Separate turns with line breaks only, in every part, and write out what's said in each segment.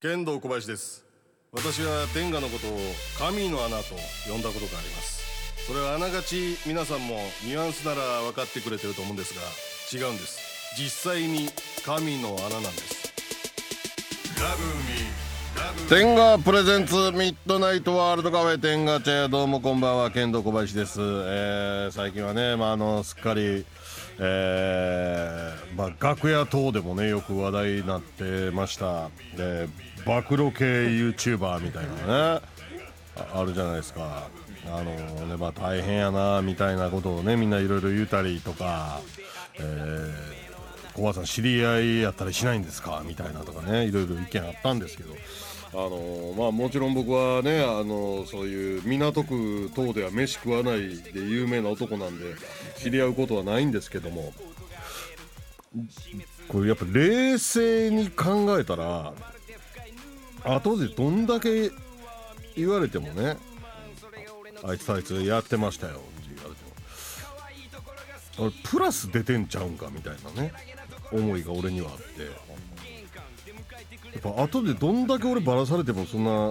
剣道小林です私は天下のことを神の穴と呼んだことがありますそれはあながち皆さんもニュアンスなら分かってくれてると思うんですが違うんです実際に神の穴なんです天下プレゼンツミッドナイトワールドカフェ天下チェアどうもこんばんは剣道小林です、えー最近はね、まあ、あのすっかり、えーまあ、楽屋等でもねよく話題になってましたで暴露系 YouTuber みたいなねああるじゃないですかあのねまあ大変やなみたいなことをねみんないろいろ言うたりとか、えー小林さん知り合いやったりしないんですかみたいなとかねいろいろ意見あったんですけどあのまあもちろん僕はねあのそういう港区等では飯食わないで有名な男なんで知り合うことはないんですけどもこれやっぱ冷静に考えたら後でどんだけ言われてもねあいつとあいつやってましたよって言われても俺プラス出てんちゃうんかみたいなね思いが俺にはあってやっぱ後でどんだけ俺バラされてもそんな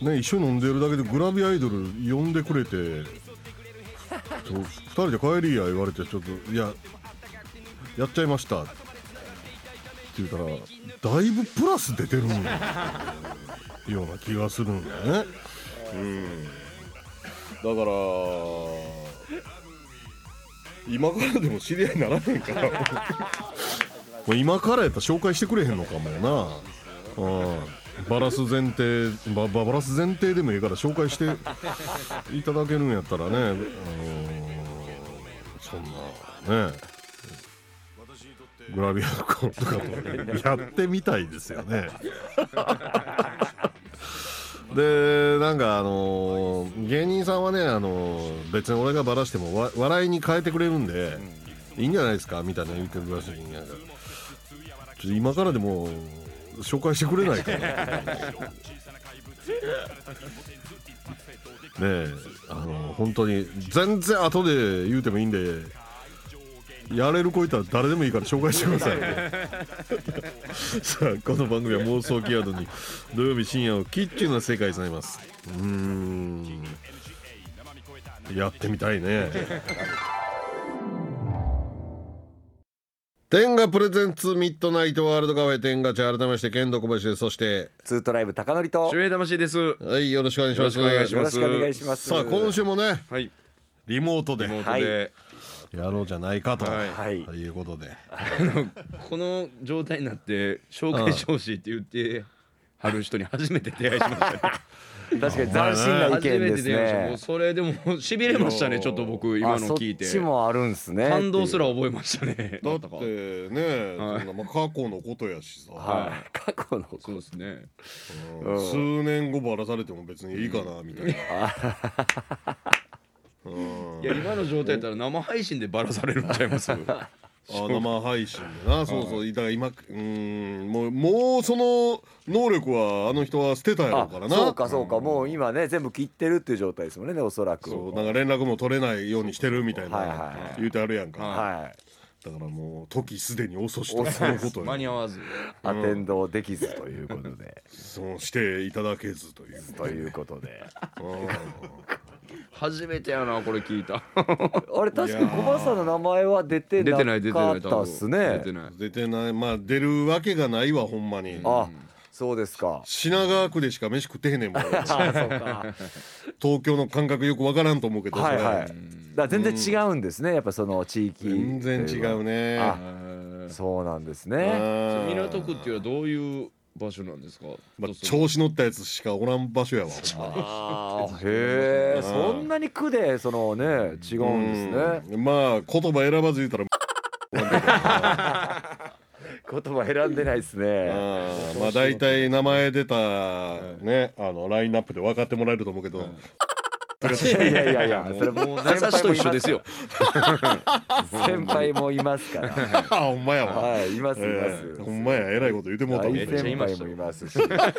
ね一緒に飲んでるだけでグラビアアイドル呼んでくれてちょ2人で帰りや言われてちょっといややっちゃいましたって言ったらだいぶプラス出てるんやような気がするんだよねだから今からでも知り合いにならへんからもう今からやったら紹介してくれへんのかもな、うん、バラす前提バババラす前提でもいいから紹介していただけるんやったらね、うん、そんなねグラビアの子とかとやってみたいですよね。でなんかあのー芸人さんはねあのー別に俺がバラしてもわ笑いに変えてくれるんで、いいんじゃないですかみたいな言ってくらしいなんかちょっと今からでも紹介してくれない かなねえあのー本当に全然後で言うてもいいんでやれる子いたら誰でもいいから紹介してください、さあこの番組は妄想キーワードに土曜日深夜をキッチンの世界になりますうーんやってみたいね天下プレゼンツミッドナイトワールドカフェ天下茶改めまして剣道小林ですそして
ツートライブ高則と
守衛魂です。
はいよろしくお願いします
よろしくお願いし
よ
ま
ろ
す
しくお願いします。
さあ今週もね
はい。
リモートで
リモー
は
ト
い
で、
やろうじゃないかと、
はい
はい
ということで
この状態になって紹介してほしいって言ってはる人に初めて出会いしましたね。
確かに斬新 な意見
初め
で
て
す
出会いしました。もう
ね。
それでも痺れましたね。ちょっと僕今
あ
の聞いて
そっちもあるんですね。
感動すら
は
覚えましたね。
だっ
なん
てね、
かはい
そんなまあ、過去のことやしさ、
い。 過去の
そうですね。
うん数年後ばらされても別にいいかなみたいな、うん、
いや今の状態だったら生配信でバラされるんちゃい ます。
あ生配信でなそうそうだから今うんもうもうその能力はあの人は捨てたやろ
あ
うからな
そうかそうかもう今ね全部切ってるっていう状態ですもんねおそらく。
そうなんか連絡も取れないようにしてるみたいな、
はいはいはい
言うてあるやんか、
はい。
だからもう時すでに遅しと
遅い
そのこと
間に
に
合わず。
アテンドできずということ で
そのしていただけずという、
ということで。
う
初めてやなこれ聞いた。
あれ確かに小林さんの名前は出て
出てない出
な
てな
かっ
い多
た
分。
っすね
出。てない
ん。 出てないまあ出るわけがないわほんまに
あそうです か。
品川区でしか飯食ってへんねん もん俺
あそうか。
東京の感覚よくわからんと思うけど、
はいはい。だ
それ
から全然違うんですねやっぱその地域。
全然違うね
あ
えー
そうなんです
う
ね。
ん
港区っていうのはどういう場所なんですか。
まあ
どうする
調子乗ったやつしかおらん場所やわほんま
あーへえ、そんなに区でそのね違うんですね。
うんまあ言葉選ばず言うたら
言葉選んでないですね。
うんまあ大体名前出たねあのラインナップで分かってもらえると思うけど、
いやいやいや、それ
も
も
う私と一緒ですよ。
先輩もいますから。
ほんまやわ、
はい、いますいま。
ええほんますやえらいこと言うてもうた
大
もん
めっちゃ
先
いま
輩
した
も
よ
いますし。
会っ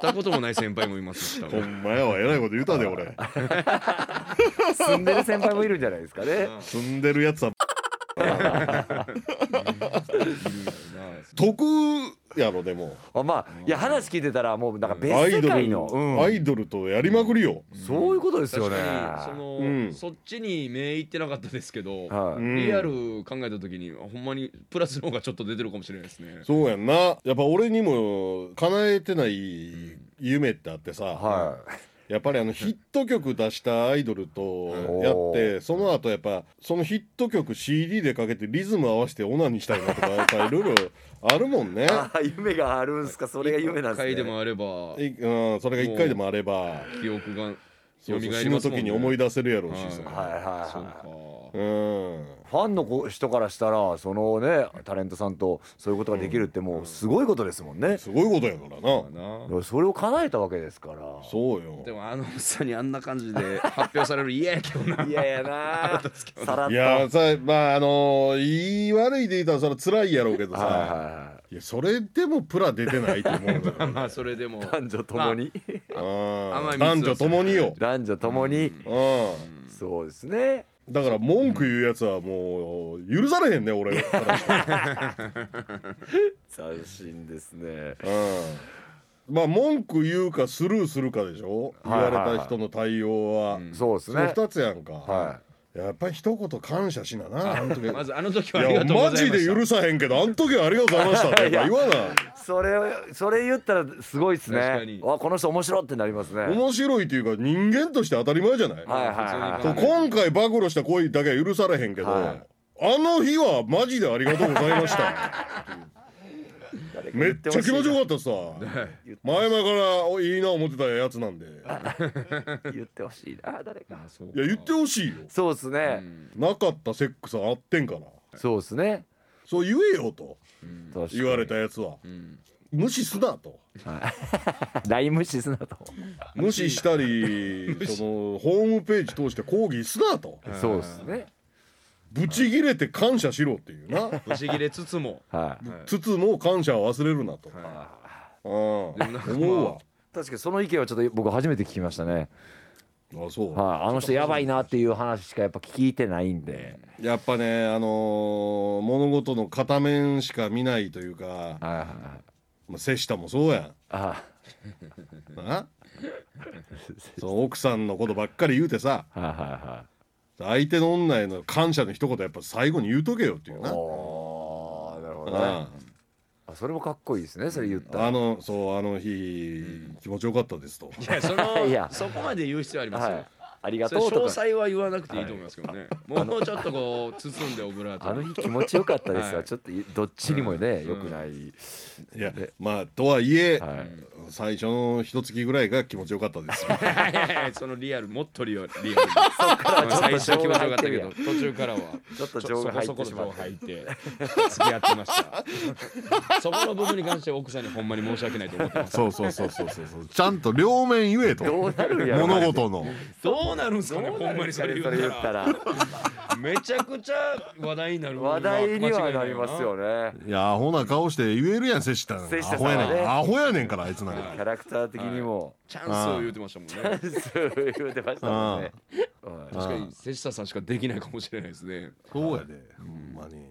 たこともない先輩もいますし。多
ほ
分
んまやわえらいこと言うたで俺
住んでる先輩もいるんじゃないですかね。
住んでるやつは得やろでも
あまあいや話聞いてたらもうなんか別
アイ
世
ド
界の、
ルア
うん、
イドルとやりまくりよ
そういうことですよ
確
ね。
かにその、
うん
そっちに目いってなかったですけど、
は
う
い
ん
リアル考えた時にほんまにプラスの方がちょっと出てるかもしれないですね。
そうやんなやっぱ俺にも叶えてない夢ってあってさ、
は
やっぱりあのヒット曲出したアイドルとやっ
う
てその後やっぱそのヒット曲 CD でかけてリズム合わせてオナにしたいなとかやっぱいろいろあるもんね
い。、ああ 夢があるんすかそれが夢なん
一回
です
で
ね。
もあれば
いうん、それが一回でもあれば
記憶が
そうそ
蘇り
う
ます
死
もんね
ぬ時に思い出せるやろうしさ、
はいはい
そう
は
か
い。
うん
ファンの子人からしたらそのねタレントさんとそういうことができるってもうすごいことですもんね。
すごいことやからな
まあな
だからそれを叶えたわけですから。
そうよ
でもあのおっさんにあんな感じで発表される嫌やけどな
いやい やなさらっと。
いやさまああの言い悪いで言ったらそれは辛いやろうけど
はい
さ、
はいはい
やそれでもプラ出てないと思う んだよ、
まあそれでも
い。男女ともに、
うん
甘い蜜を
男女ともによ、
男女ともに、
う
そうですね。
ん、だから文句言うやつはもう許されへんね 俺からしたら
斬新ですね。
うんまあ文句言うかスルーするかでしょ言
はいは
わ
いはい
れた人の対応は、
ん
そうです
その
ね。
2つやんか、
は
やっぱり一言感謝しな なあの時
まずあの時
い
はあり
や
がとうご
マ
ざい
ジ
ま
で
した
許さへんけどあの時はありがとうございました ってやっぱ言わない
それそれ言ったらすごいです
確か
ね
に。
わこの人面白いってなりますね。
面白いというか人間として当たり前じゃない、
はいはい
そう
は
普通に考え
い。
今回暴露した行為だけは許されへんけど、
はい
あの日はマジでありがとうございました めっちゃ気持ちよかったさ前々からいいな思ってたやつなんでいや
かった。言ってほしいな誰か。
あそうか
言ってほしいよ
そうですね。
なかったセックスあってんから
そうですね。
そう言えよと
確かに
言われたやつは
うん
無視すなと
ライムシスなと。
無視した りそのホームページ通して抗議すなと
そうですね。
ブチギレて感謝しろっていうな
ぶち切れつつも
はい。
つつも感謝は忘れるなと、うん思うわ
確かにその意見はちょっと僕初めて聞きましたね。
あそう、
はい。あの人やばいなっていう話しかやっぱ聞いてないんで。
やっぱねあのー物事の片面しか見ないというか、
はいはい
まあ、瀬下もそうや
あ
ん なその奥さんのことばっかり言うてさ
はいは
相手の女への感謝の一言やっぱ最後に言うとけよっていう
いはい。
な
おーなるほどね。
あ
あそれもかっこいいですね。それ言ったら。
あのそうあの日、気持ちよかったですと
いやそ
いや
のそこまで言う必要あります
は
よ
い。ありが
そ
と
れ
うと
詳
か。
細は言わなくていいと思いますけどねもうちょっとこう包んでオブラ ー
あの日
ト
気持ちよかったです
は
わ。
い
ちょっとどっちにもね良くない。
いやまあとはいえ、
はい。
最初の一月ぐらいが気持ちよかったですよ
いやいやいやそのリアルもっとリアルリアル最初は気持ちよかったけど途中 からは
ちょっと情が入ってしまっ
そこそこ情が入って付き合ってましたそこの部分に関しては奥さんにほんまに申し訳ないと思っ てま す
そうそうそうそうそうそうちゃんと両面言えと
どうなるんやろ
物事の
どうなるんすかねほ んまに
そ
それ
れ
言
言
っ
った
たら
ら
めちゃくちゃ話題になる
話題にはなりますよね。
いやアホな顔して言えるやん瀬下
瀬
ア
下さん
ホ
はね
やねんアホやねんからあいつなん
キ
か
ャラクター的にも。
チャンスを言うてましたもんね
そう言うてましたもん ね。はい
確かに瀬下さんしかできないかもしれないですね
そうやでほんまに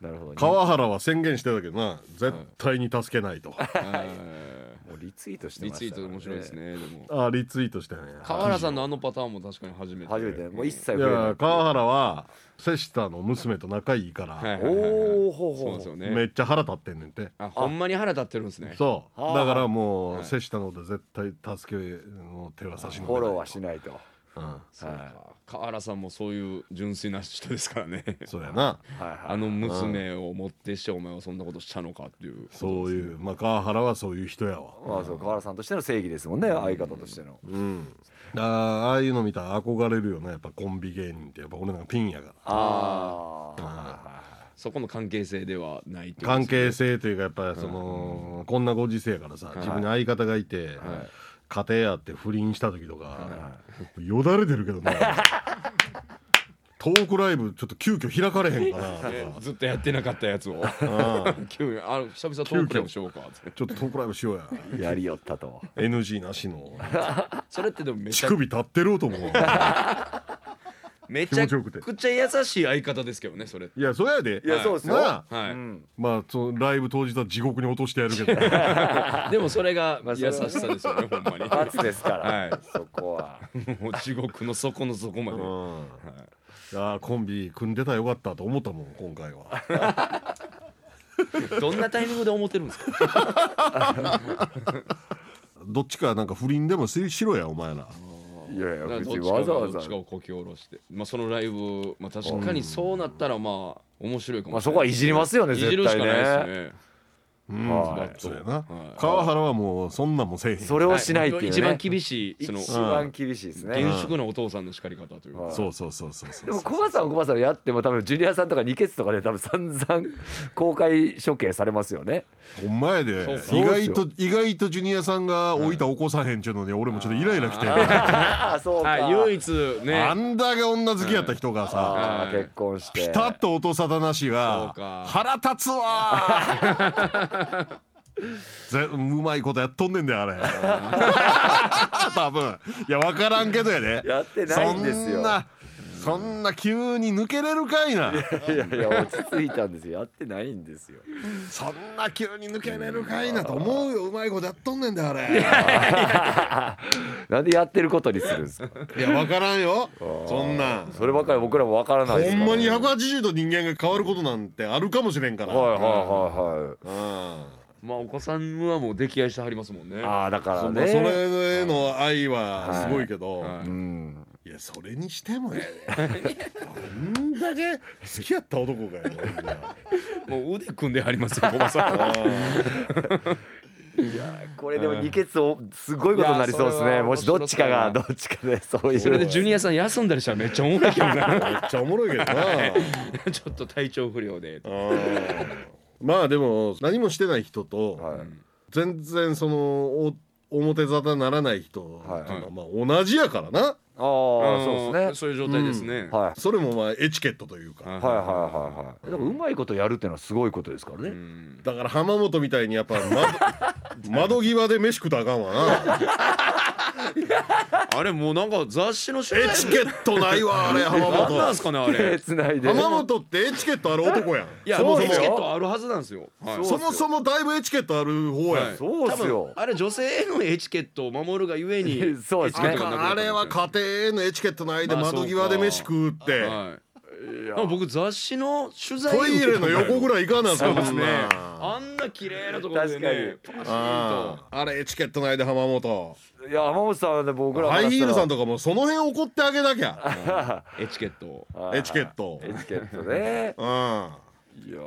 なるほどね。も
川原は宣言してたけどな絶対に助けないと
うん
うリツイートして
リ
ました
ツイート
から
面白いです。ねでも
あリツイートしたんや
河原さんのあのパターンも確かに初めて
初めてもう一切
い
増えな
や
い。
川原は瀬下の娘と仲いいから、
はいはいはいはい
おおほう
そう
ほ
で
う
す
ほう。
よ
め
ね
っちゃ腹立ってんねんて
あほんまに腹立ってるんですね
そう
はあ
だからも
は
う
い
瀬下のこと絶対助けの手は差し伸べ
フォ
ない
ローはしないと。
うん
そうか河原さんもそういう純粋な人ですからね
そうやな
はいはい。
あの娘を持ってしてお前はそんなことしたのかっていう
そういうまあ川原はそういう人やわ
まあそう川原さんとしての正義ですもんね相方としての。
うん、あーああいうの見たら憧れるよねやっぱコンビ芸人ってやっぱ俺なんかピンやから
ああ。
そこの関係性ではないっていう
関係性というかやっぱりその、こんなご時世やからさ、自分に相方がいて、家庭あって不倫した時とか、よだれてるけどなトークライブちょっと急遽開かれへんかなとか
えずっとやってなかったやつを急にあ久々トークでもしようかって
ちょっとトークライブしようや
やりよったと。
NG なしの
それってでもめち
乳
ゃ
首立ってると思う
め
気
ちゃ
持ちよくて
くちゃ優しい相方ですけどねそれ
いやそやで
いやそうですよ、
なあ
はい、
うん、
まあそのライブ当日は地獄に落としてやるけど
でもそれが
まあそれ
優
は
しさですよねほん まに
罰ですから、
はい
そこは
もう地獄の底の底まで、
うん
はい
やーコンビ組んでたらよかったと思ったもん今回は
いどんなタイミングで思ってるんですか
どっちかなんか不倫でもししろやお前ら
いやいや
なん
別に
かどっちかが
わざわ
ど
ざ
っちかをこき下ろして、まあ、そのライブ、まあ、確かにそうなったらまあ面白いか
ま
も
あ
しれ
そ
ない、
こはいじりますよね
いじ
絶
るし
対
か
ね
ないですね
うん
はい
そうやな、
はい
川原はもうそんなんもせえへん
それをしないっていうね、
一番厳しいその
一番厳しいですね、
厳粛なお父さんの叱り方というか、
はい
そうそうそうそうそう
でもコバさんはコバさんでやっても多分ジュニアさんとか二ケツとかで多分散々公開処刑されますよね
ほんまやで
そうか
意外と意外とジュニアさんが老いた起こさへんちゅうのに俺もちょっとイライラきてあ
ああそうか、
はい、唯一ね
んだけ女好きやった人がさ
ああ
はい
結婚して
ピタッと音沙汰なし
そう
が
か
腹立つわー ぜうまいことやっとんねんだよあれ 多分いや分からんけどやで
やってないんです
そ
よ
んなそんな急に抜けれるかいない
やいや落ち着いたんですよやってないんですよ
そんな急に抜けれるかいなと思うようまいことやっとんねんだよあれ
なんでやってることにするんですか
いや分からんよそんなん
そればっかり僕らもわからないで
ほ
すか
ん
ら
まに180度人間が変わることなんてあるかもしれんから、
はいはいはいはい
まあお子さんはもう溺愛してはりますもんね
ああだか
そ
ら
んなそ
ね
れへの愛はすごいけど、
はい
い
うん
やそれにしてもやでこんだけ好きやった男がよほんま
もう腕組んではりま すよ小林さん
これでも二ケツをすごいことになりそうです
い
ね
や
もしどっちかが
それ
どっちかでそういう
それでジュニアさん休んだりしたらめっちゃおもろいけどな
めっちゃおもろいけどな、
ちょっと体調不良で
うんまあでも何もしてない人と、
はい
全然そのお表沙汰ならない人っていうのはまあ同じやからな、
ああそう
あ
で
の
す
そういう状態ですね
ね、はい
それもまあエチケットというか、
はいはいはいはい。だからうまいことやるってのはすごいことですからね。
うん
だから浜本みたいにやっぱ窓 窓際で飯食ったらあかんわな
あれもうなんか雑誌の取
エ
材
チケットないわあ れ浜
なんなん
本
すかねあ
手
れ
つないで。
浜本ってエチケットある男やん
いや
そ
も
も
う
そ
エ
も
チケットあるはずなんですよはい
そもそもだいぶエチケットある方やん、
はい
そうっすよ
多分あれ女性へのエチケットを守るがゆえに
そうですね
あ
エチケットがなくな
かあ
ったんです
れ
よ
は家庭へのエチケットないで
まあ
窓際で飯食うって、
はいなんか僕雑誌の取材
トイレの横ぐ
らい
らいいかな
そ
そう
です
ん
ね
な
あんな綺麗なところでねパシーン
あ
と
ーあれエチケットないで浜本
いや浜本さんはね僕ら
ハイヒールさん
と。
とかもその辺怒ってあげなきゃ
エチケットを
はい
エチケット
エチケットね。
う
いや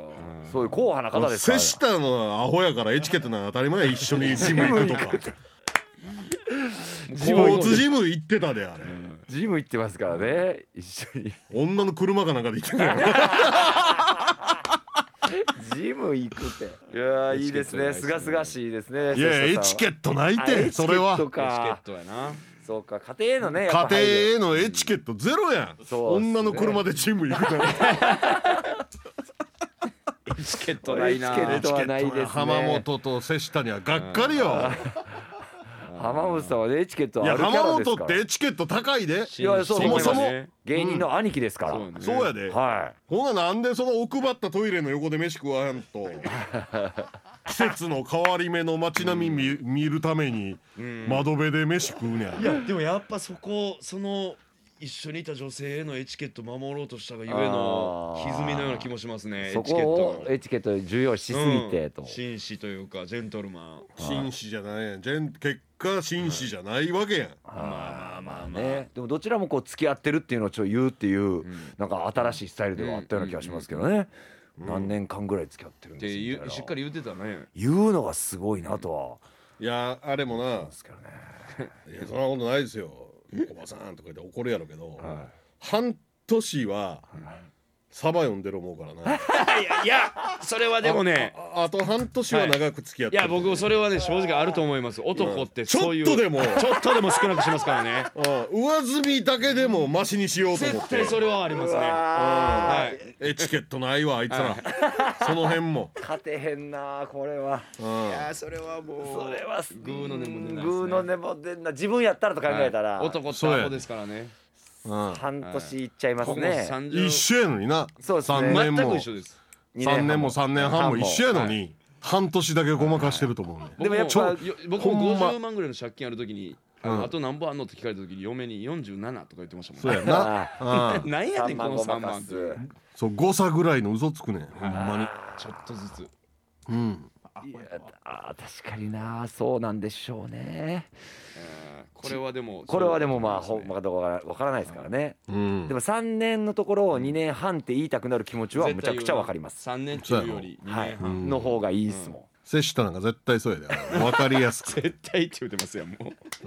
そういう硬派な方
ん
ですから
瀬。下のアホやからエチケットなんか当たり前や一緒にジム行くとか スポーツジム行ってたであれ
ジム行ってますからね。一緒に
女の車かなんかで行ってた よ
ジム行くって。いやいいですね。
エチ
す
ケット
が
ないっすね
すがしいですね。
いやエチケ
ッ
ットないってそれ
エチケット
は
エチケ
か
ッ。トやな
そうか家庭のね。やっぱ
家庭へのエチケットゼロやん
そうっすね
女の車でジム行くから
エチケットないな
エチケッ
エ
ト
チケ
はな
ッ
いです
ト
ね
は浜本と瀬下にはがっかり よ
浜本さんはねエチケット
い
あ
や
るキャラ
浜
です
本
か
って
ら
エ。チケット高いで
いやそう
そもそも
ね
芸人の兄貴ですから。
そうね
そうやで
はい。
ほななんでその奥ばったトイレの横で飯食わへんと 季節の変わり目の街並み見,、見るために窓辺で飯食うねん
いやでもやっぱそこその一緒にいた女性へのエチケット守ろうとしたがゆえの
あー
歪みのような気もしますねエ
そ
チケ
こ
ット
を
の
エチケット重要視しすぎてと、
うん紳士というかジェントルマン
紳士じゃないやんじゃん結果紳士じゃないわけやん、
まあまあまあ
ね、でもどちらもこう付き合ってるっていうのをちょい言うっていう、なんか新しいスタイルではあったような気がしますけどね、何年間ぐらい付き合ってるん
っ
です
て
み
言
たいうな
しっかり言ってたね
言うのがすごいなとはい
やあれもな
ですけどね
いやそんなことないですよおばさんとか言って怒るやろうけど、半年は、サバ読んでる思うからな
いやいやそれはでもね
ああと半年は長く付き合っ
い
てる
や僕もそれはね正直あると思います男って
ちょ
そう
っ
いう
とでも
ちょっとでも少なくしますからね
うん上積みだけでもマシにしようと思っ
絶
て
対それはありますねはい
エチケットないわあいつらその辺も
勝てへんなこれは
あーそれはもう
それは
グーの根も出ないですね
グーの根も出んな自分やったらと考えたら、
はい男ってアホですからね
うん
半年いっちゃいます
僕も
ね。
30
一緒やのにな
そうですね
3年
全
も
く一緒です
二
3年も3年半も一緒やの
は
に半年だけごまかしてると思うね
でもやっぱ
僕もよ僕も
ほんま
50万ぐらいの借金あるときに、あの
うん
あと何本あんのって聞かれたときに嫁に47とか言ってましたもん
そうやな
あ
うん
なんや
三
ねんこ
万
の
ご
3
まか
万って
す。
そう誤差ぐらいの嘘つくねんほんま
ちょっとずつ
にうん
いやあー確かになそうなんでしょうね
えーこれはでも
これはでもまあほん
ま
まかどうかわからわからないですからね、
うん
でも3年のところを2年半って言いたくなる気持ちはむちゃくちゃわかります
3年っていうより2
は
年
い、
半、
の方がいいっすもん、
セシタなんか絶対そうやで分かりや すく
絶対って言ってますやんも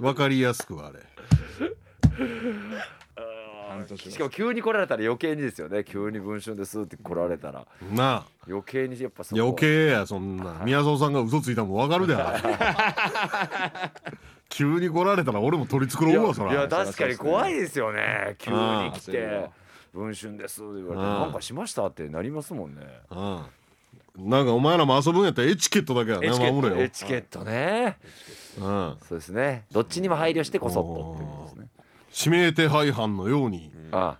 う
分かりやすくはあれ
半年
しかも急に来られたら余計にですよね急に文春ですって来られたら
なあ
余計にやっぱそこ
余計やそんな宮沢さんが嘘ついたのも分かるであれ 急に来られたら俺も取り繕うわそら
いやいや確かに怖いですよね急に来
焦る
て
わ
「文春です」って言われて
うん
「なんかしました?」ってなりますもんね
うんなんかお前らも遊ぶんやったらエチケットだけやね
エチケット
守れ
エ
よ、
チケットね
うん、
そうですねどっちにも配慮してこそっとっていうことですね
指名手配犯のように
あ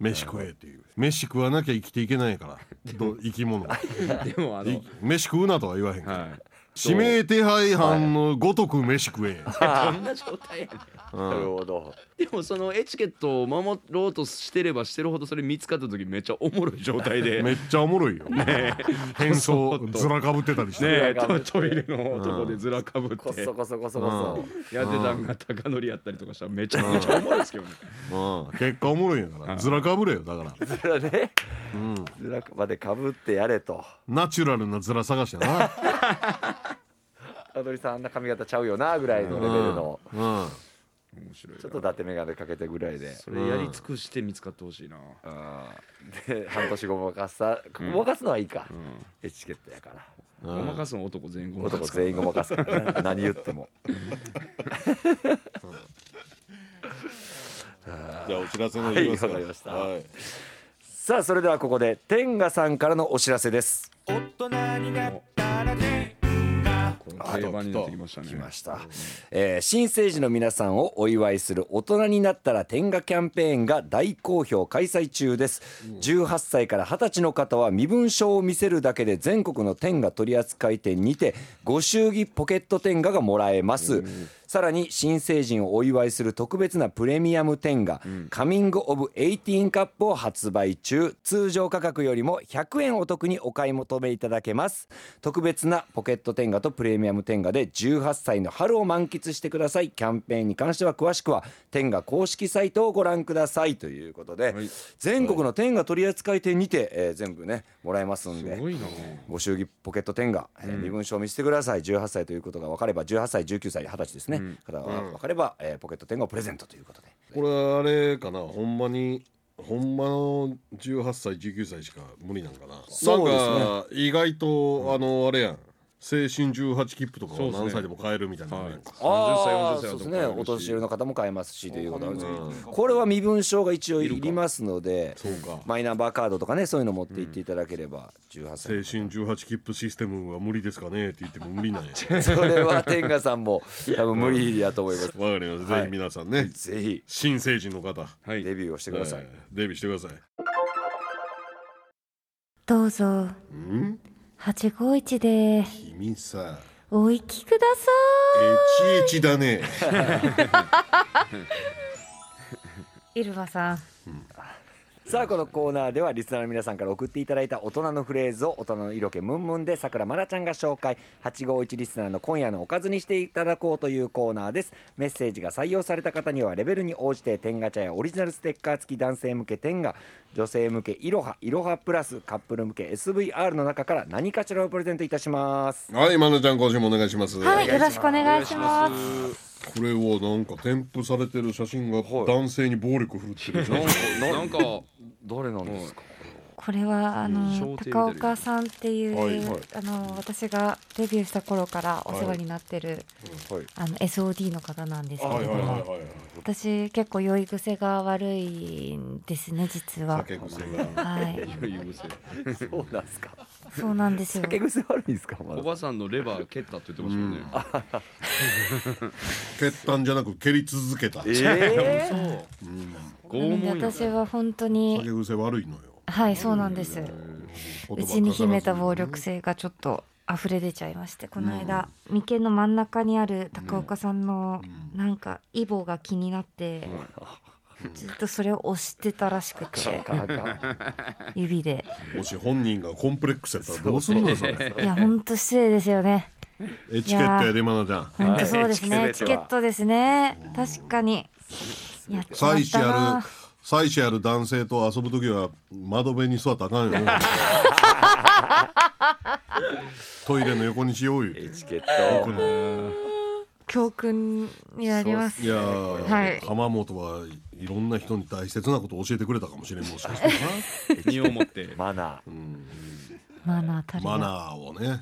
飯食えっていう飯食わなきゃ生きていけないからど生き物は
でもあの
い飯食うなとは言わへんから、
はい
指名手配犯のごとく飯食え、
どんな状態やねん
あなるほど
でもそのエチケットを守ろうとしてればしてるほどそれ見つかった時めっちゃおもろい状態 で
めっちゃおもろいよ、変装
こそっと
ずらかぶってたりして、
ねえトトイレのとこでずらかぶっ
こ
て
そこそこそこそ
やってたんが高則やったりとかしたらめちゃめちゃおもろいですけどね
うん、結果おもろいんやからずらかぶれよだから
それはねずらまでかぶってやれと
ナチュラルなずら探しやな、
香取さんあんな髪型ちゃうよなぐらいのレベルの
うん、
面白いな
ちょっと伊達眼鏡かけてぐらいで
それやり尽くして見つかってほしいな
で半年ごまかさごまかすのはいいかエチケットやから
ごまかすの男全員ごまか
男
す
全員ごまかすからね何言っても
じゃあお知らせの
言いますかはいわかりました
は、
はいさあそれではここで天賀さんからのお知らせです
大人になったらね
この定番になってきましたね
来ました、えー新成人の皆さんをお祝いする大人になったら天下キャンペーンが大好評開催中です18歳から20歳の方は身分証を見せるだけで全国の天下取扱店にてご祝儀ポケット天下がもらえますさらに新成人をお祝いする特別なプレミアム天下、カミングオブ18カップを発売中通常価格よりも100円お得にお買い求めいただけます特別なポケット天下とプレミアム天下で18歳の春を満喫してくださいキャンペーンに関しては詳しくは天下公式サイトをご覧くださいということで、
はい
全国の天下取扱店にて、えー全部ねもらえますんです
ごいな
ご祝儀ポケット天が、えー身分証を見せてください18歳ということが分かれば18歳19歳20歳ですね、方が分かれば、えーポケット天がをプレゼントということで
これあれかなほんまにほんまの18歳19歳しか無理なんかな
そうですね
なんか意外とあのあれやん青春18切符とかを何歳でも買えるみたいなのあるやんか
あ
30歳
あそ
40歳
う
だと
ですね
買えるし
お年寄りの方も買えますしということなんですけど、これは身分証が一応いりますので
そうか
マイナンバーカードとかねそういうの持って行っていただければ18歳、
青春18切符システムは無理ですかねって言っても無理 なんやわ
それは天賀さんも多分無理やと思います、
かりますぜひ皆さんね、
ぜひ
新成人の方
はい
デビューをしてください、
えーデビューしてください
どうぞ
ん
851で
君さ
お行きくださ
エチエチだね
いイルマさん
さあこのコーナーではリスナーの皆さんから送っていただいた大人のフレーズを大人の色気ムンムンでさくらまなちゃんが紹介851リスナーの今夜のおかずにしていただこうというコーナーですメッセージが採用された方にはレベルに応じて天ガ茶やオリジナルステッカー付き男性向け天ガ女性向けいろはいろはプラスカップル向け SVR の中から何かしらをプレゼントいたします
はいまなちゃん今週もお願いします
はいよろしくお願いします
これをなんか添付されてる写真が男性に暴力振るってるじゃん、
なん か
どれなんですか
これはあ
うん
の高岡さんっていう、
はいはい
あの私がデビューした頃からお世話になってる、
はい
あの SOD の方なんですけれども、
はい
私結構酔い癖が悪いんですね実は
酒癖が
はい
余裕癖
そうなんですか
そうなんですよ
酒癖悪いんですかま
お
だ
ばさんのレバー蹴ったって言ってましたもんね
蹴ったんじゃなく蹴り続けた、
ええ
そう
な
拷
ので
問や
私は本当に
酒癖悪いのよ
はいそうなんです
言葉
うちに秘めた
語らず
暴力性がちょっと溢れ出ちゃいましてこの間、眉間の真ん中にある高岡さんのなんかイボが気になって、ずっとそれを押してたらしく て指で
もし本人がコンプレックスやったらどうするのよそれ
いやほんと失礼ですよね
エチケットやで今のちゃん
ほんとそうです
はい
ねチケットですね確かにやっちまっ
妻子
た
あ
な
る妻子ある男性と遊ぶ時は窓辺に座ったらあかんよねトイレの横にしよう言うて
チケット
教訓になります
いやー、
はい
浜本はいろんな人に大切なことを教えてくれたかもしれんもしか したらな
身をも って
マナー
マナーたるや
マナーをね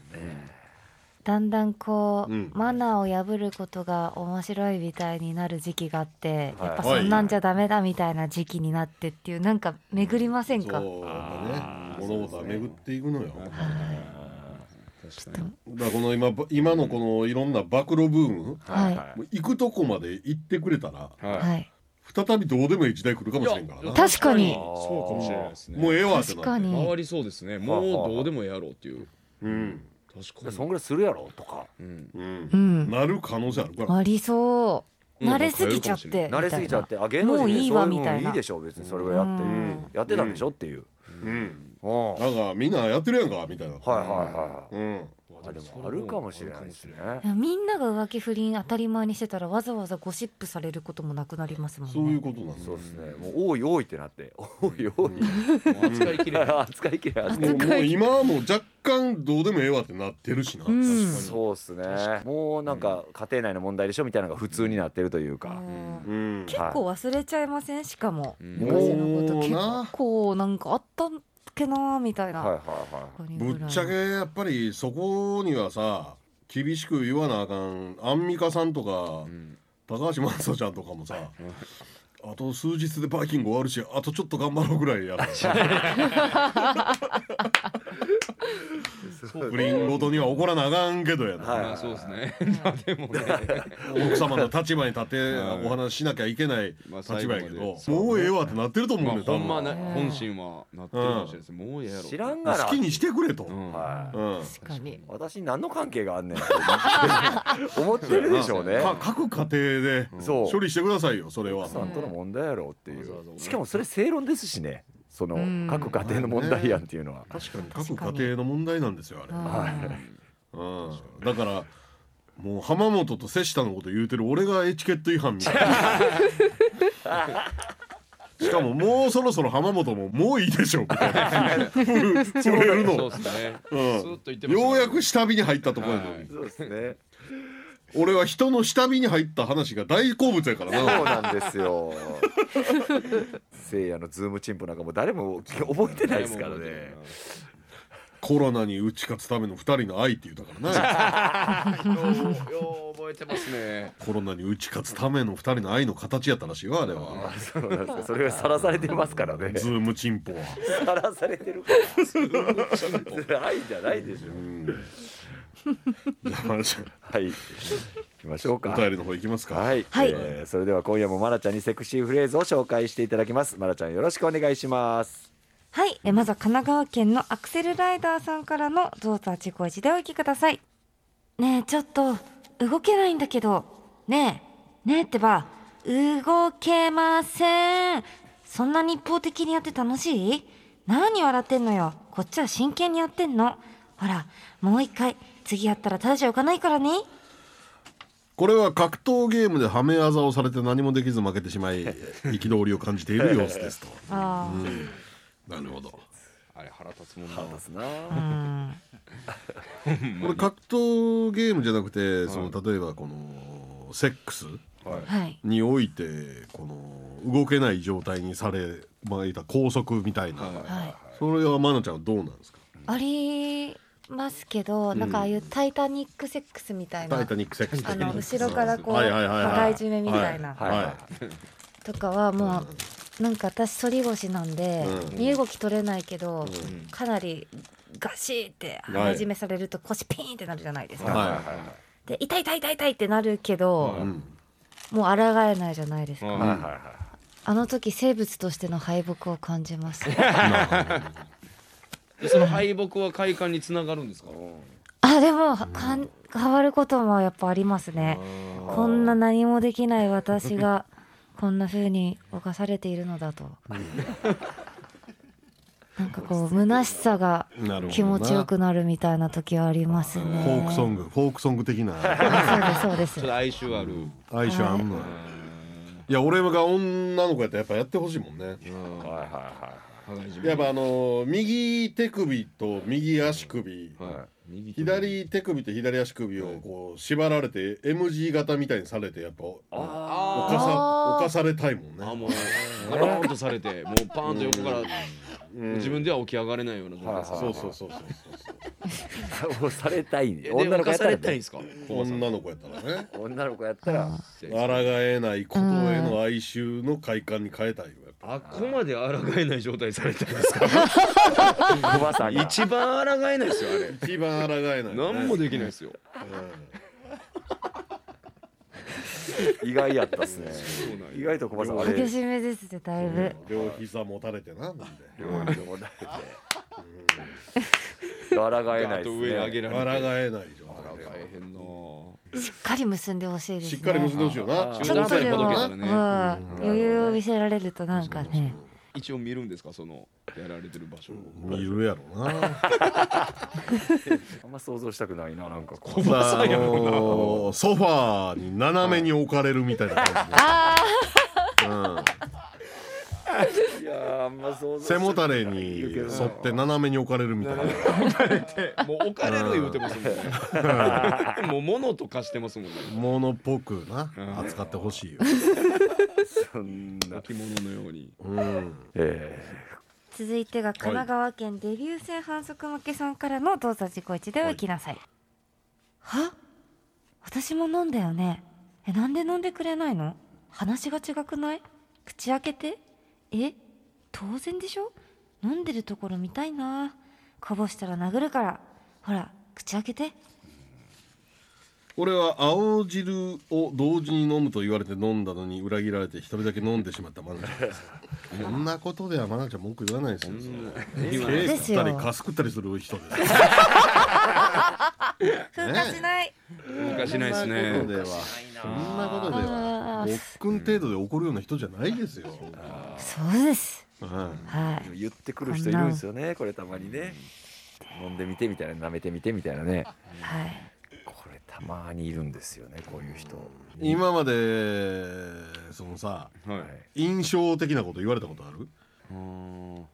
だんだんこう、マナーを破ることが面白いみたいになる時期があって、やっぱそんなんじゃダメだみたいな時期になってっていうなんか巡りません
そう
か、
やっぱね物事は巡っていくのよ
確かに
だからこの今今のこのいろんな暴露ブームも
はい、
は
う行くとこまで行ってくれたら
は
はい、
再びどうでもいい時代来るかもしれんからな
確かに
そうかもしれないですね
もうええわって
確
な
か
って
に
回りそうですねもうどうでもええやろうっていう
うん
い
確か
そん
に
ぐらいするやろとか
うん
うん
うん
なる可能性あるから
ありそう
うん
慣れすぎちゃってみたいな
慣れすぎちゃってあ芸能人
もういいわみ
そう
た
う
い
の
ない
いでしょ別にそれをやって
うん
やってたんでしょっていう
うん
うんはい
なんかみんなやってるやんかみたいな
はいは
うん
いあでもあるかもしれないですね
みんなが浮気不倫当たり前にしてたらわざわざゴシップされることもなくなりますもんね
そういうことなんだ
そうですねもう多い多いってなって多い多い
もう扱いきれない
扱いきれ
もう
扱い
もう今はもう若干どうでもええわってなってるしな、
うん
そうですねもうなんか家庭内の問題でしょみたいなのが普通になってるというか
うん
うん
結構忘れちゃいませんしかも
うん
昔のこと
もう
結
な
構なんかあったっけなみたいな、
はいはいはい
ぶっちゃけやっぱりそこにはさ厳しく言わなあかんアンミカさんとか、高橋真麻ちゃんとかもさ、あと数日でバイキング終わるしあとちょっと頑張ろうぐらいやった不倫ごとには怒らなあかんけどやな、
はい
まあそうですねまあでもね
奥様の立場に立ってお話ししなきゃいけない
まあ
立場やけど、
最後まで
もうええわってなってると思
ま
う
あ
ねん
ほんまね
多
本心はなってるかもしれないですもうええやろ
知らん
分
がな
好きにしてくれと、
うん
はい
うん
確かに
私に何の関係があんねんって思ってるでしょうね
か各家庭で
そう
処理してくださいよそれは
奥さんとの問題やろうってい
わざわ
う
ざ
しかもそれ正論ですしねその
うん
各家庭の問題やんっていうのは
確かに
確
各
かに
家庭の問題なんですよあれ、
は
うん、だからもう浜本と瀬下のこと言うてる俺がエチケット違反みたいなしかももうそろそろ浜本ももういいでしょみたいな触れる
そう
の、
ですね
う
スーッと言って
ん、
ましたね
ようやく下火に入ったところなのに、
はい
そうですね
俺は人の下火に入った話が大好物やから な
そうなんですよせいやのズームチンポなんかもう誰も覚えてないですからね
コロナに打ち勝つための二人の愛って言うたから ね
よう覚えてますね
コロナに打ち勝つための二人の愛の形やったらしいわあれは
あそうなんですかそれがさらされてますからね
ズームチンポは。
さらされてるから愛じゃないでしょ
じゃあまなちゃん
はい行きましょうか
お便りの方いきますか。
はい、
はい
えーそれでは今夜もマラちゃんにセクシーフレーズを紹介していただきますマラちゃんよろしくお願いします
はいえまずは神奈川県のアクセルライダーさんからの「どうぞあちこちでお聞きください」ねえちょっと動けないんだけどねえねえってば動けませんそんなに一方的にやって楽しい何笑ってんのよこっちは真剣にやってんのほらもう一回次やったらただじゃ浮かないからね
これは格闘ゲームでハメ技をされて何もできず負けてしまい憤りを感じている様子ですと。
ああ
なるほど。こ
あれ腹立つもんな
腹立つな
れ格闘ゲームじゃなくてその例えばこのセックス
はい
においてこの動けない状態にされまあいた拘束みたいな、
はい
それはマナちゃんはどうなんですか。
ありますけど、なんかああいうタイタニックセックスみたい
タ
な
イタニックセックス
あ
的な
の後ろからこう
はいはいはいはい
抱い締めみたいな、
はい、
は
とかはもう、なんか私反り腰なんで、
うん
身動き取れないけど、かなりガシーって
はい
始めされると腰ピーンってなるじゃないですか、
はい
で痛い痛い痛い痛いってなるけど、
うん
もう抗えないじゃないですか、
うん
はいはいはい
あの時生物としての敗北を感 じます。
でその敗北は快感につながるんですか
あでもかん変わることもやっぱありますね。こんな何もできない私がこんな風に犯されているのだと。なんかこう虚しさが
なるほどな
気持ちよくなるみたいな時はありますね。
フォークソングフォークソング的な
あそうです
ちょっ
そうで
と哀愁ある、
相性あんのよいや俺が女の子やったらやっぱやってほしいもんねやっぱあのー右手首と右足首
右手
左手首と左足首をこう縛られて M 字型みたいにされてやっぱ
あ
犯さ
あー
犯されたいもん
ーあー
ね
もうガランとされてもうパーンと横から自分では起き上がれないような状態です
はい
そ
は
うそうそうそう
もうされたいね
えで
女の子やっ
犯さ
たら
れたいん
ね
ですか
そう女の子やったらね
女の子やったら
抗えないことへの哀愁の快感に変えたいよやっぱ
あっこまで抗えない状態されたんですか
おばさんが
一番抗えないですよあれ
一番抗えない、ね、
何もできないですよ
意外やったっすね
そうなんや
意外と小林さんあ
す。
れ
激しめですねだいぶ。
両膝持たれてななんで
抗えな
ガー
い
ッ
で
と
す
上に上
ね
げ
抗
られて
えない状態で
大変な
しっかり結んでほしいですね。
しっかり結んでほしいよな
ちょ
中途半
っとでも、
端にほどけた
う
ら
ん
ね
余裕を見せられるとなんかね。
一応見るんですかそのやられてる場所を
見るやろな
あんま想像したくないななんかこ
小
ま
林
あ
さ
あ
んやろうな
のーソファーに斜めに置かれるみたいな感じ
ういやーあんま想像
背もたれ に沿って斜めに置かれるみたいな
もう置かれる言うてますもんねもう物と化してますもんね
ものっぽくな扱ってほしいよ、
そんな
置物のように
うん、
え
続いてが神奈川県デビュー戦反則負けさんからの「どうぞ自己一でお行きなさい」は私も飲んだよねえなんで飲んでくれないの話が違くない口開けてえ当然でしょ飲んでるところ見たいなこぼしたら殴るからほら口開けて
俺は青汁を同時に飲むと言われて飲んだのに裏切られて一人だけ飲んでしまったマナちゃんですこんなことではマナちゃん文句言わないですよケ
今
ーキ
です
食っ
よ
たりカス食ったりする人です
噴火しない、
化しないです
そんなことではそんなこ
ね
とではごっくん程度で怒るような人じゃないですよ、
そうです
うん
は
ー
い
言ってくる人いるんですよねこれたまにね飲んでみてみたいな舐めてみてみたいなね
はい
これたまにいるんですよねこういう人
今までそのさ
はい
印象的なこと言われたことある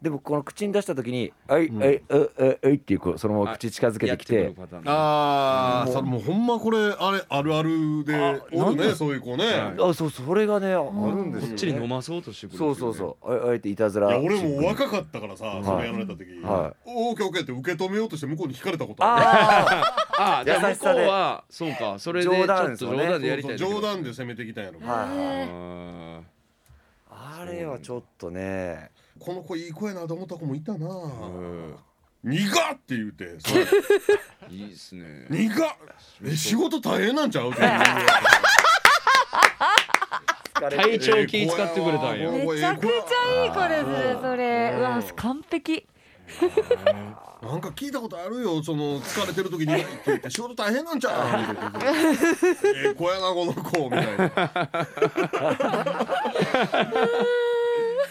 でもこの口に出した時に「あいあいあいあい」っていうこうそのまま口近づけてき
や
て
くるパターン
ああそれもうほんまこれあれあるあるでおるねそういう子ね、い
あそうそれがねあるんですよ、ね、
こっちに飲まそうとしてくる
そうそうそうああえていたずら
や俺も若かったからさ、それやられた時、
は
オーケーオーケーって受け止めようとして向こうに引かれたことある
あ
ああじゃあ
優し
向こ
さ
う
で
はそうかそれでちょ
冗
っ
談
と
ですよ
冗
ね
談でやり
そ
た
う
い
そう冗談で攻めてきたんやろ、
は
あ
ああれはちょっとね
この子いい子やなと思った子もいたな
あうん
苦っって言うてそれ
いいっすね
苦っえ仕事大変なんちゃ うって言う
体調気使ってくれたんや
ええ
めちゃくちゃいい子ですねそれうわ完璧
なんか聞いたことあるよその疲れてる時に「って言って仕事大変なんちゃう?」みたいな「ええ子やなこの子」みたいな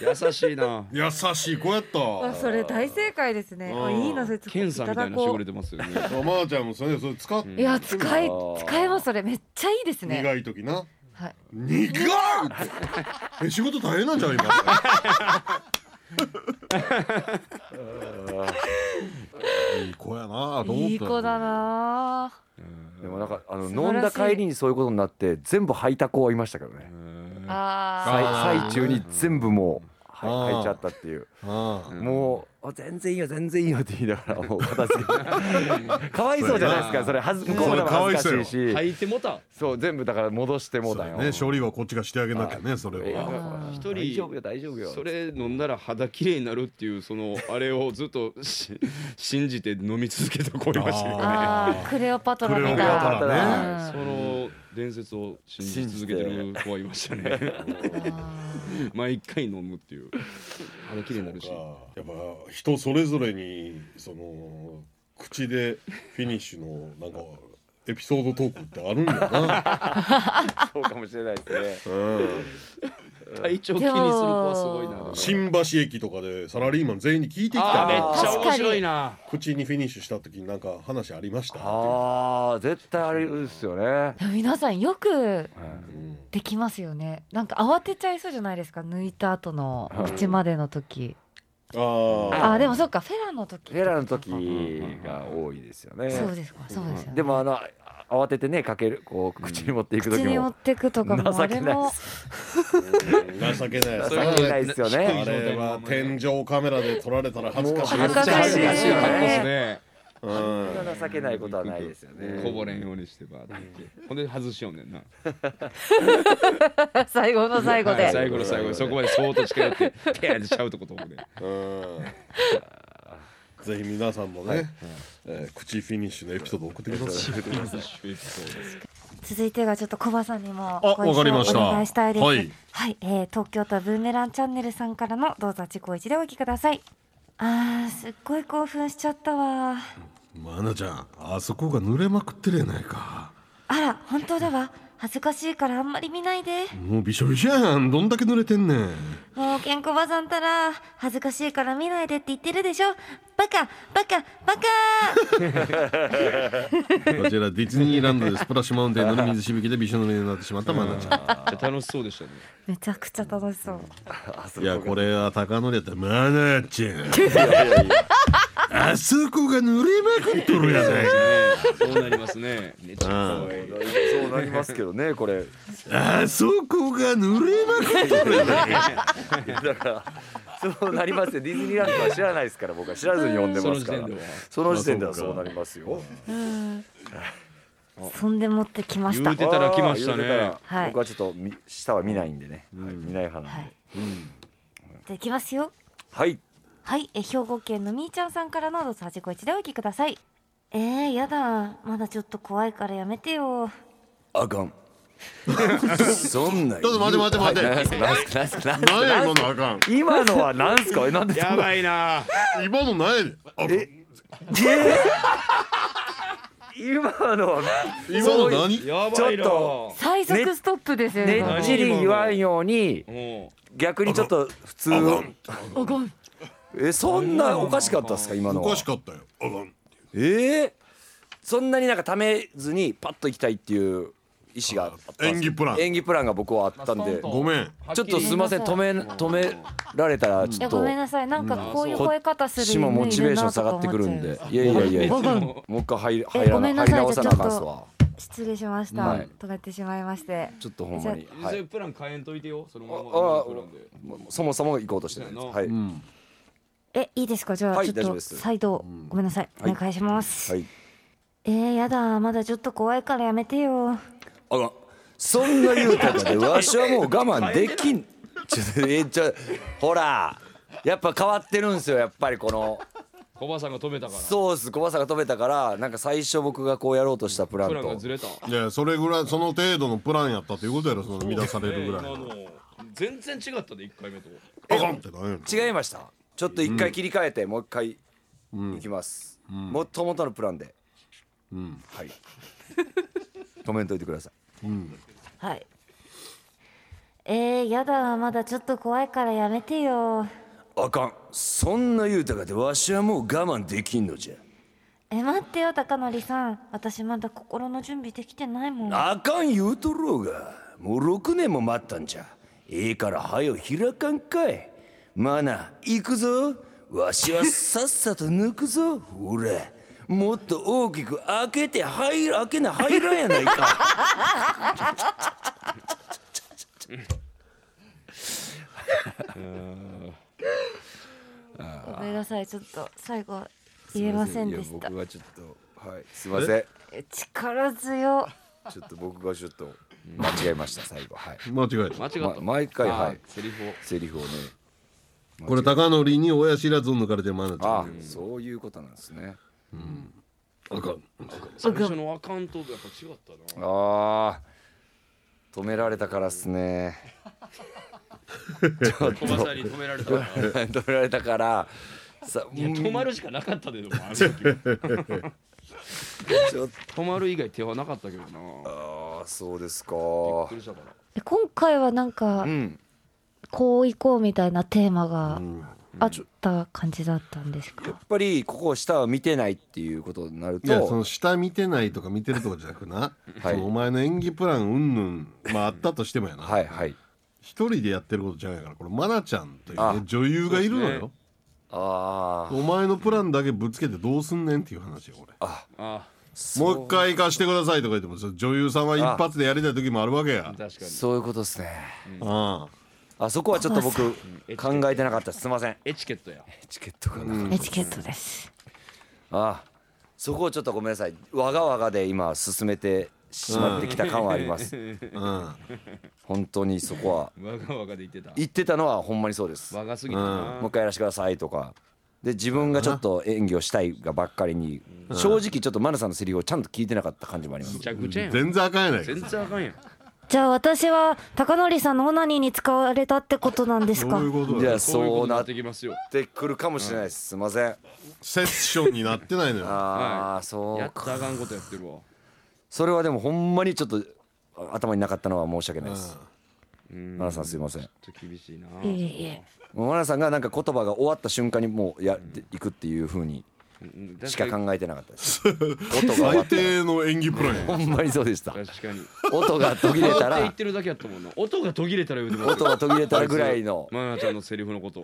優しいな
優しい子やった
あそれ大正解ですね。
うん
あいいなそれちょっと
検査みたいなして
こ
くれ
う
てます よね
まあちゃんもそれそれ使って
いや使い
うん
使えますそれめっちゃいいですね。
苦い時な
はい。
「苦っ!」え仕事大変なんちゃう 今 いい子やなと思ったよ
いい子だなあ。
でもなんかあの
素晴
飲ん
ら
だ
しい
帰りにそういうことになって全部履いた子はいましたからね
あ
最
あー
最中に全部もうは
あー
履いちゃったっていう
ああ
もお全然いいよ全然いいよって言いながらもう片付けてかわいそうじゃないですかそれはず向こうでも恥ずかしいし
履いてもた
そう全部だから戻しても
そう
だ
だ
よ
よね勝利はこっちがしてあげなきゃねそれ
いや
は
一
大丈夫
人
よ大丈夫よ
それ飲んだら肌綺麗になるっていうそのあれをずっと し信じて飲み続けてこりましたけどね
ああクレオパトラみたい
クレオパトラ
な
ね
うん
その伝説を信じ続けてる子はいましたね毎回飲むっていう肌綺麗になるし
やっぱ人それぞれにその口でフィニッシュのなんかエピソードトークってあるんだな、
そうかもしれないですね
体調気にする子はすごいな
でも
新橋駅とかでサラリーマン全員に聞いてきた
あー
よ
めっちゃ面白いな
口にフィニッシュした時になんか話ありました
ああ絶対あれですよね、
でも皆さんよく
うん
できますよねなんか慌てちゃいそうじゃないですか抜いた後の口までの時
あ
あーでもそっかフェラの時
フェラの時が多いですよね
そうですかそうですよね
でもあのあ慌ててねかけるこう口に持っていく
口
時
に持っ
も
てくとかもあ
情け
れ
ない
も
です
あ情けないやつ
情 け
な
ないですよ
あ
ね
れは天井カメラで撮られたら恥ずかしい
もう
めっちゃ恥ずかしい格好です
恥ずかしい
ね
うん
そんな情けないことはないですよね
こぼれんようにしてばーってほんで外しようねんな
最後の最後
はい
で
最後の最後でそこまでそーっと近寄ってペアでしちゃうとこと思うで
うんぜひ皆さんもね、えー口フィニッシュのエピソード送ってください。
続いてがちょっとコバさんにも
あ
ご一緒
わかりました
お願いしたいですは
はいい、
えー東京都ブーメランチャンネルさんからのどうぞ自己一でお聞きくださいあーすっごい興奮しちゃったわ
マナちゃん、あそこが濡れまくってるやないか。
あら本当だわ恥ずかしいからあんまり見ないで
もうびしょびしょやん。どんだけ濡れてんねん。
もうケンコバさんたら恥ずかしいから見ないでって言ってるでしょバカバカバカ
こちらディズニーランドでスプラッシュマウンテンの水しぶきでびしょ濡れになってしまったマナちゃ
楽しそうでしたね
めちゃくちゃ楽しそう
いや、これは高野やったらマナちゃん。あそこが濡れまくっとるやないか。
そうなりますねめっちゃ可愛い
そうなりますけどねこれ
あそこが濡れまくっ
だからそうなりますよディズニーランドは知らないですから僕は知らずに呼んでますから
その時点では
その時点ではそうなりますよ
そんで持ってきました
言うてたら来ました
あー
ね
言うてたら
はい
僕はちょっとみ下は見ないんでねはい見ない派な
は
んで
い、じゃあいきますよ
はい
はい、え兵庫県のみーちゃんさんからのどうぞ851でお聞きくださいえー、やだまだちょっと怖いからやめてよ
あかんそんなち
ょっと待て待て待て
何すか何すか何すか何すか
何や今のあかん
今のは何すかえなんで
やばいな
今の何やねんあ
今のは
今の何
や
ちょ
ば
っ
いな
と
最速ストップですよね
ねっちり言わんように
も
逆にちょっと普通
おごん
えそんなおかしかったですか今のは
おかしかったよ。あかん
えーそんなになんかためずにパッと行きたいっていう意思があったんです
演技プラン
演技プランが僕はあったんで
ごめん。
ちょっとすいません止め止められたらち
い
ょ
や
っと
ごめん
こ
なさいなんかこういう
こ
吠え方す
っ
る
ちもモチベーション下がってくるんでいやいや いや
ごめん
もう一回入り入
ご
ら
め
なん
な
入り
さ
直さ
い
なあかんすわ
失礼しました、
はい
止めてしまいまして
ちょっとほんまに
じ
う
はい
プラン変えんといてよそのま
ああ
プランで
もうそもそも行こうとしてないです
そうや
はい
えいいですかじゃあ
はい
ちょっ
大丈夫
と
です
再度ごめんなさい、
はい
お願いします、
はい
えー、やだまだちょっと怖いからやめてよ
あらそんな言うたかでわしはもう我慢できんちょっとえちょほらやっぱ変わってるんですよやっぱりこの
小バさんが止めたから
ソース小バさが止めたからなんか最初僕がこうやろうとしたプラン
プランが
と
ずれた
いやそれぐらいその程度のプランやったということやろその乱されるぐらい
ね
の
今の全然違ったで一回目と
あかんってなんやねん
違いましたちょっと一回切り替えてもう一回いきますもっともとのプランではい止めんといてください
はいえー、やだまだちょっと怖いからやめてよ
あかんそんな言うたかでわしはもう我慢できんのじゃ
え待ってよ高典さん私まだ心の準備できてないもん
あかん言うとろうがもう6年も待ったんじゃええから早う開かんかいマナ行くぞわしはさっさと抜くぞほらもっと大きく開けて入る開けな入らんやないか
ごめんなさいちょっと最後言えませんでし
いや
た
僕はちょっと はいすいません
力強
ちょっと僕がちょっと間違えま した最後はい、
間違えた
間違った、
ま、毎回は
あ
い
ーセリフを
セリフをね
これ高典に親知らずを抜かれてマナちゃ
あ
ん
ーそういうことなんですね
あかん
最初のアカウントとやっぱ違ったな
あー止められたからっす ねちょっと
小林さんに止められたからい
止められたからさ
や止まるしかなかったででもあ の時
ちょっと
止まる以外手はなかったけどな
あーそうですか
びっくりしたから
い今回はなんか
うん
こう行こうみたいなテーマがあった感じだったんです
やっ
か
ぱりここ下は見てないっていうことになる
いやそ
と
の下見てないとか見てるとかじゃなくな、
はい
そのお前の演技プランうんぬんまああったとしてもやな、
はいはい
一人でやってることじゃないからこれマナちゃんという、
あ
ね、女優がいるの
そうです
よ
ね、
あ
お前のプランだけぶつけてどうすんねんっていう話よこれ
あ
あ
もう一回行かしてくださいとか言ってもその女優さんは一発でやりたい時もあるわけや
あ確かに
そういうことですね
あ
あそこはちょっと僕考えてなかったですすいません
エチケットや
エチケットかな、
エチケットです
ああそこをちょっとごめんなさいわがわがで今進めてしまってきた感はあります、
あ
本当にそこは
わがわがで言ってた
言ってたのはほんまにそうです
わがすぎたな
もう一回やらせてくださいとかで自分がちょっと演技をしたいがばっかりに正直ちょっとマナさんのセリフをちゃんと聞いてなかった感じもあります
ぐちゃぐちゃや
うんん全然あかんやないか
全然あかんやん
じゃあ私は高典さんのオナニーに使われたってことなんです
ど
か
ういうこと
じ
だ
ゃ
よ
あそうな
な
っ
ってきますよ
てくるかもしれないですすいません
セッションになってないのよ
あ
は
あそ
や
う
っ
か
たらあかんことやってるわ
それはでもほんまにちょっとあ頭になかったのは申し訳ないです
うん
マナさんすいません
ちょっと厳しいない
えいえ
マナさんがなんか言葉が終わった瞬間にもうやっていくっていう風に
うん
しか
確
考えてなかったです音が終わ
最
った
低の演技プランや
ほんまにそうでした
かに確かに
音が途切れた
歌って言
ら
ってるだけやったもんな音が途切れたら言うてます
音が途切れたらぐらい の
マナちゃんのセリフのこと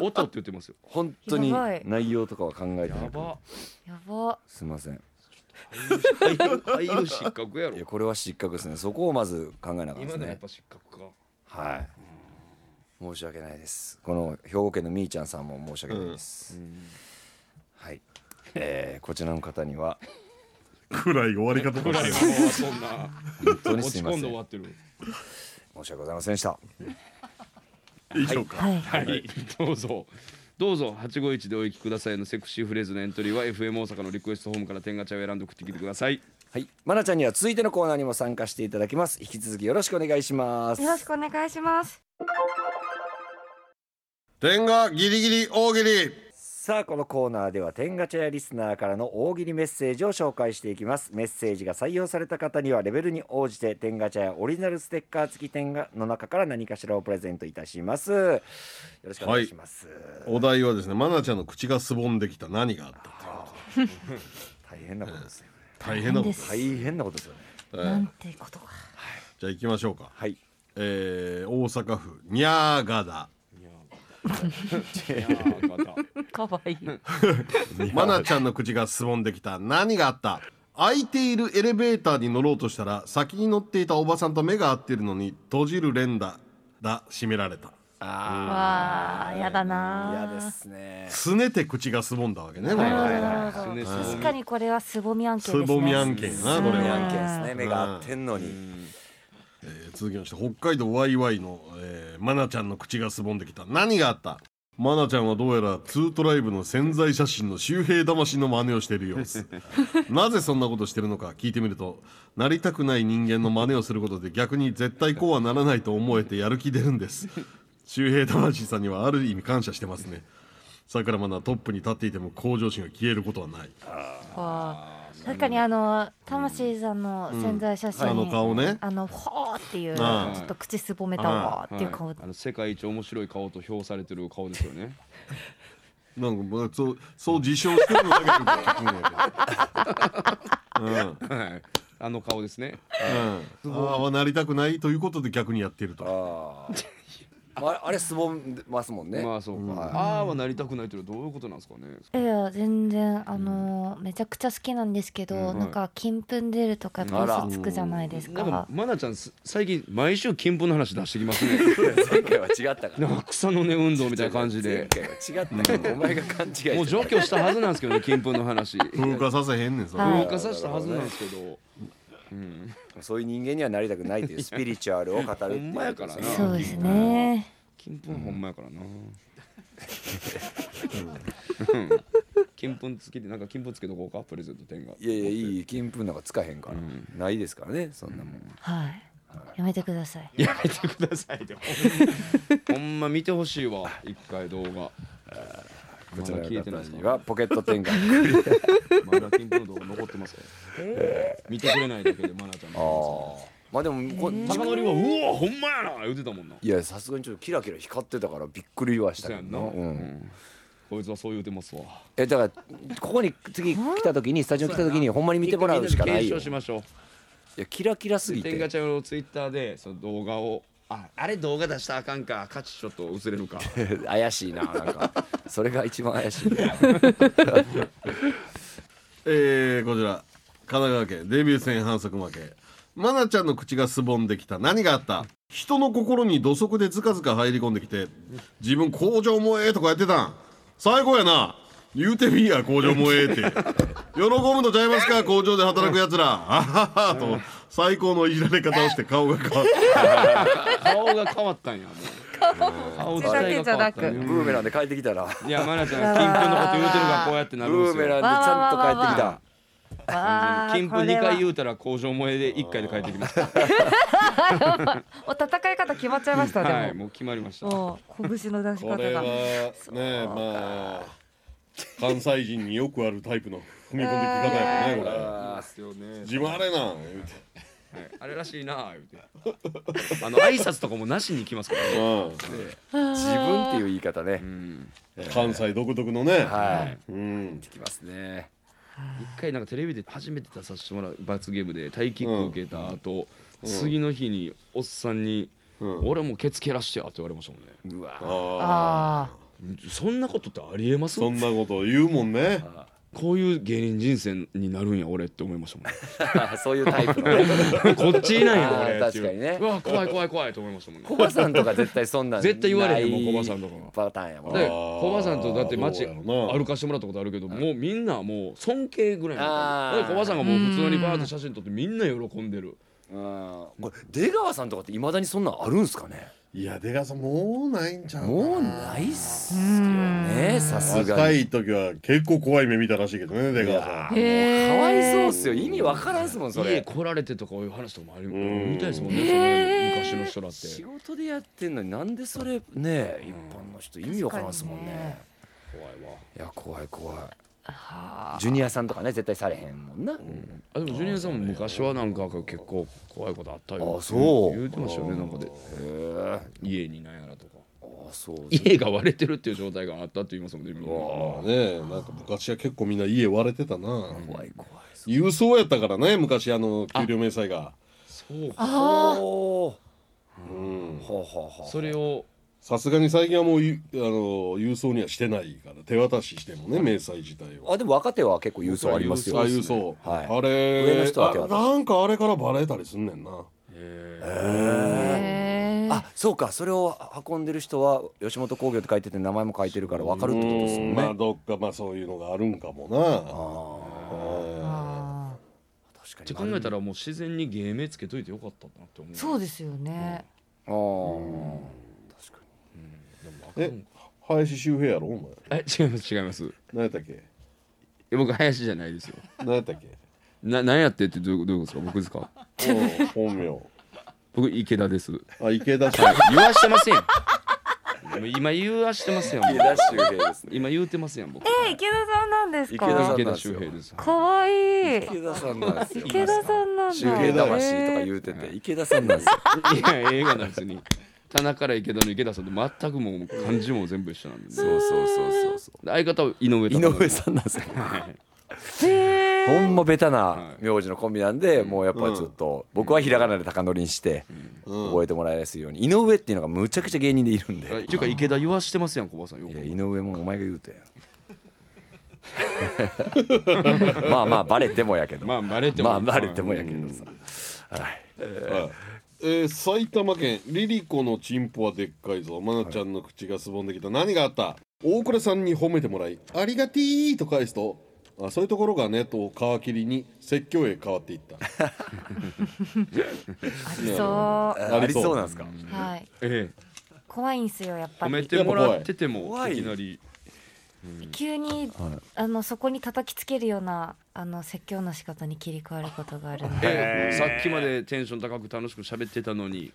音って言ってますよ
本当に
やばい
内容とかは考えてな
や
い
ば
やば
すいません
俳優俳優失格やろ
いやこれは失格ですねそこをまず考えなかったで
今
す
のやっ
ね
ぱ失格か
はい申し訳ないですこの兵庫県のみーちゃんさんも申し訳ないです、はい、えー、こちらの方には
くらい終わり方
ほら
だ
もう
よ
そんな
本当に
落
す
ち
いませ
込ん
ん
で終わ
申
ってる
し訳ございませんでした
以上か、
はい
はい、どうぞ。どうぞ851でお聞きくださいのセクシーフレーズのエントリーは FM 大阪のリクエストホームから天ガチャを選んで送ってきてください。
はい、まなちゃんには続いてのコーナーにも参加していただきます引き続きよろしくお願いします
よろしくお願いします
天がギリギリ大喜利
さあこのコーナーでは天ガチャやリスナーからの大喜利メッセージを紹介していきますメッセージが採用された方にはレベルに応じて天ガチャやオリジナルステッカー付き天ガの中から何かしらをプレゼントいたしますよろしくお願いします、
お題はですねマナちゃんの口がすぼんできた何があったか
大変なことですよね
大変なこと
で
です
す
大変なことですよね
なんてことか
じゃあ行きましょうか
はい
えー、大阪府にゃーがだ
いやーまた
かわいい
マナちゃんの口がすぼんできた何があった空いているエレベーターに乗ろうとしたら先に乗っていたおばさんと目が合ってるのに閉じる連打だ閉められた
わあやだな
嫌ですね
すねて口がすぼんだわけね
はい
まあ
はいはい
すねすぼみ
確かにこれはすぼみ案件
す
ですね
ぼみ案件やなこれ
不
は、
安件ですね目が合ってんのに
えー続きまして北海道ワイワイの、えー、マナちゃんの口がすぼんできた何があったマナちゃんはどうやらツートライブの潜在写真の周平魂の真似をしている様子なぜそんなことしてるのか聞いてみるとなりたくない人間の真似をすることで逆に絶対こうはならないと思えてやる気出るんです周平魂さんにはある意味感謝してますねさくらまなトップに立っていても向上心が消えることはない
あー確かにあの魂さんの潜在写真、
あの顔ね
あのほーっていうち
あ
ょっと口すぼめたわーっていう顔、
はいあの世界一面白い顔と評されてる顔ですよね。
なんかまあそうそう自称してるのだけでも聞くんやけどうん
はいあの顔ですね。
うん、ああなりたくないということで逆にやってると
ああまああれすぼんでますもんね、
まあそうか、
はい
ああはなりたくないっていうのはどういうことなんですかね
いや全然あのーめちゃくちゃ好きなんですけど、
うん
なんか金粉出るとかやっ
あ
ぱ
ら
嘘つくじゃないです
なんか
か。
まなちゃんす最近毎週金粉の話出してきます ね
前回は違ったから
なんか草の根運動みたいな感じで
前回は違ったからお前が勘違いして
もう除去したはずなんですけどね金粉の 話
風化させへんねんそれ
はい
風化させたはずなんですけど
そういう人間にはなりたくないというスピリチュアルを語るっていう
ほんまやからなまあ
そうですね。
金粉ほんまやからな金粉つけてなんか金粉つけとこうかプレゼント点が
いやいやいい金粉なんかつかへんから、ないですからねそんなもん、
はい。やめてください。
やめてくださいって ほんまほんま見てほしいわ一回動画
こちらの
まだ消えて
方
ないです
に
か
はポケット展 開
まだ金粉の動画残ってますから見てくれないだけでマナちゃん
ああまあでもこ
高典はうわほんまやな言ってたもんない
やさすがにちょっとキラキラ光ってたからびっくりはした
そう
け
や
ど
んな、
な、
う
うん、
ん、こいつはそう言うてますわ
えだからここに次来た時にスタジオ来た時にほんまに見てもらうしかない
一
よい
回みんなで検証しましょ
やキラキラす
う
ぎ
天ガ
て
チャのツイッターでその動画をああれ動画出したらあかんか価値ちょっと薄れ るか
怪しいななんかそれが一番怪 しい
えー、こちら神奈川県デビュー戦反則負けマナちゃんの口がすぼんできた何があった人の心に土足でずかずか入り込んできて自分工場もええとかやってたん最高やな言うてみいや工場もええって 喜ぶのちゃいますか工場で働くやつらあはははと最高のいじられ方をして顔が変わった
顔が変わったんやもう顔自体が変わった
ブ
んや
ーメランで帰ってきたら
いやマナちゃん金粉のこと言うてるからこうやって
ブ
なるんで
ー
す
メラン
よ
でちゃんと帰ってきた
わあ、
金粉
これ
2
は
回言うたら工場萌えで1回で帰ってきました
お戦い方決まっちゃいました
はい
でも。
もう決まりました
もう拳の出し
こ
方
れは
が。
ねえまあ関西人によくあるタイプの踏み込んでいき方やもんねこれ
ですよね
自分あれなん言うて
はいあれらしいなあ言うてあの挨拶とかもなしに来ますからね
うん
自分っていう言い方ね
関西独特のね、
はい
うん、
できますね
一回なんかテレビで初めて出させてもらう罰ゲームでタイキック受けた後、次の日におっさんに「
ん
俺もうケツ蹴らしてや」って言われましたもんね、
うわ
あ
ああ。
そんなことってありえま
ー
す
そんなこと言うもんね
こういう芸人人生になるんや俺って思いましたもんね
そういうタイプのね
こっちいないや俺
あー確かにね
っていううわ怖い怖い怖いと思いましたもんね
コバさんとか絶対そんなん
絶対言われへんもん
ない
コバさんとかは
パターンやもん
だから
ね
小バさんとだって街
どうやろうな
歩かしてもらったことあるけどもうみんなもう尊敬ぐらいの
あー
感じだから小バさんがもう普通にバーッと写真撮ってみんな喜んでる
うんこれ出川さんとかっていまだにそんなんあるんすかね
いや出川さんもうないんちゃう
もうないっすよねさすが
若
に
い時は結構怖い目見たらしいけどね出川さん
かわいそうっ
へ
すよ意味わからんっすもんそ
家
れ
来られてとかいう話とかもあり
ん
みたいですもんねその昔の人だっ
仕
て
事でやってんのになんでそれね一般の人意味わからんっすもんねいや怖い怖いジュニアさんとかね絶対されへんもんな、
あでもジュニアさんも昔はなんか結構怖いことあったよ
あそう
言ってましたよねなんかで家になんやらとか
あそう
家が割れてるっていう状態があったって言いますもんねみんな
まあねなんか昔は結構みんな家割れてたな
怖い怖い
郵送やったからね昔あの給料明細が
そうか
あおー
うん
ほうほうほう
それを
さすがに最近はもうゆあの郵送にはしてないから手渡ししてもね明細自体は
あでも若手は結構郵送ありますよ
あ郵送、
はい
あれ
上の人は手渡
あ
し
なんかあれからバレたりすんねんな
え。
あそうかそれを運んでる人は吉本興業って書いてて名前も書いてるから分かるってことです
う
よね
ん、まあどっかまあそういうのがあるんかもな
確か
って
に
考えたらもう自然に芸名つけといてよかったなって思う
そうですよね。
あー
え林周平やろお前
え違います違いますい
何やったっけ
や僕林じゃないですよ
何やったっけ
な何やってってどういうどういうことですか僕ですか
おう本名
僕池田です
あ池田さん
言わしてませんよもう今言わしてますやん
池田周平ですね
今言うてますやん僕
え池田さんなんです
池田さ
か。
んなん
池田
ですよ
周平です
可愛い
池田さんなんですよ
池田さんなんだ。
周平魂とか言うてて池田さんなんですよ
いや映画なんですに棚から池田の池田さんと全くもう漢字も全部一緒なんで、ね、
そうそうそうそうそう
相方は井上
井
と
上さんなんですよ
へ
ほ
え。
んまベタな名字のコンビなんで、もうやっぱちょっと、僕はひらがなで高典にして、覚えてもらいやすいように。井上っていうのがむちゃくちゃ芸人でいるんで。
あっていうか池田言わしてますやん小林さんよ
い
く
や井上もお前が言うてまあまあバレてもやけど
まあバレても
まあバレてもやけどさ
えー埼玉県リリコのチンポはでっかいぞまなちゃんの口がすぼんできた、何があった大倉さんに褒めてもらい「ありがてぃ」と返すとあそういうところがねと皮切りに説教へ変わっていった
ありそう。
ありそうなんですか
はい。
え
怖いんすよ、やっ
え
ぱ
褒め
り。
てもらってても
怖い
いきなり
急に、あの、そこに叩きつけるような、あの、説教の仕方に切り替わることがあるんで。
ええさっきまでテンション高く楽しく喋ってたのに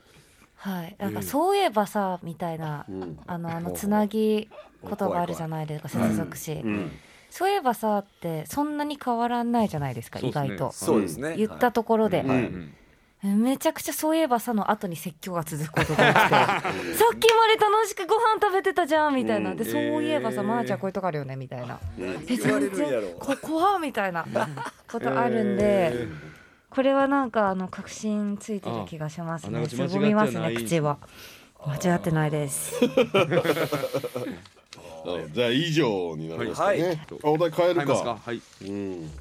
はい。なんか、そういえばさ、みたいな、あの、あの、つなぎ言葉あるじゃないですか、接続詞。そういえばさって、そんなに変わらないじゃないですか、
そうっ
意
すね
外と。
そうですね
言ったところで。
うん
めちゃくちゃそういえばさの後に説教が続くことが多くて さっきまで楽しくご飯食べてたじゃんみたいなでそういえばさまなちゃんこういうとこあるよねみたいなえ
言われ
全
るんやろ
然こ怖っみたいなことあるんでこれはなんかあの確信ついてる気がします
ああな
ね
んか
すぼみます
間違ってな
ね
い
口は間違ってないです
うんじゃあ以上になりますかね、
は
あお題変える
買います
か
かはい
うん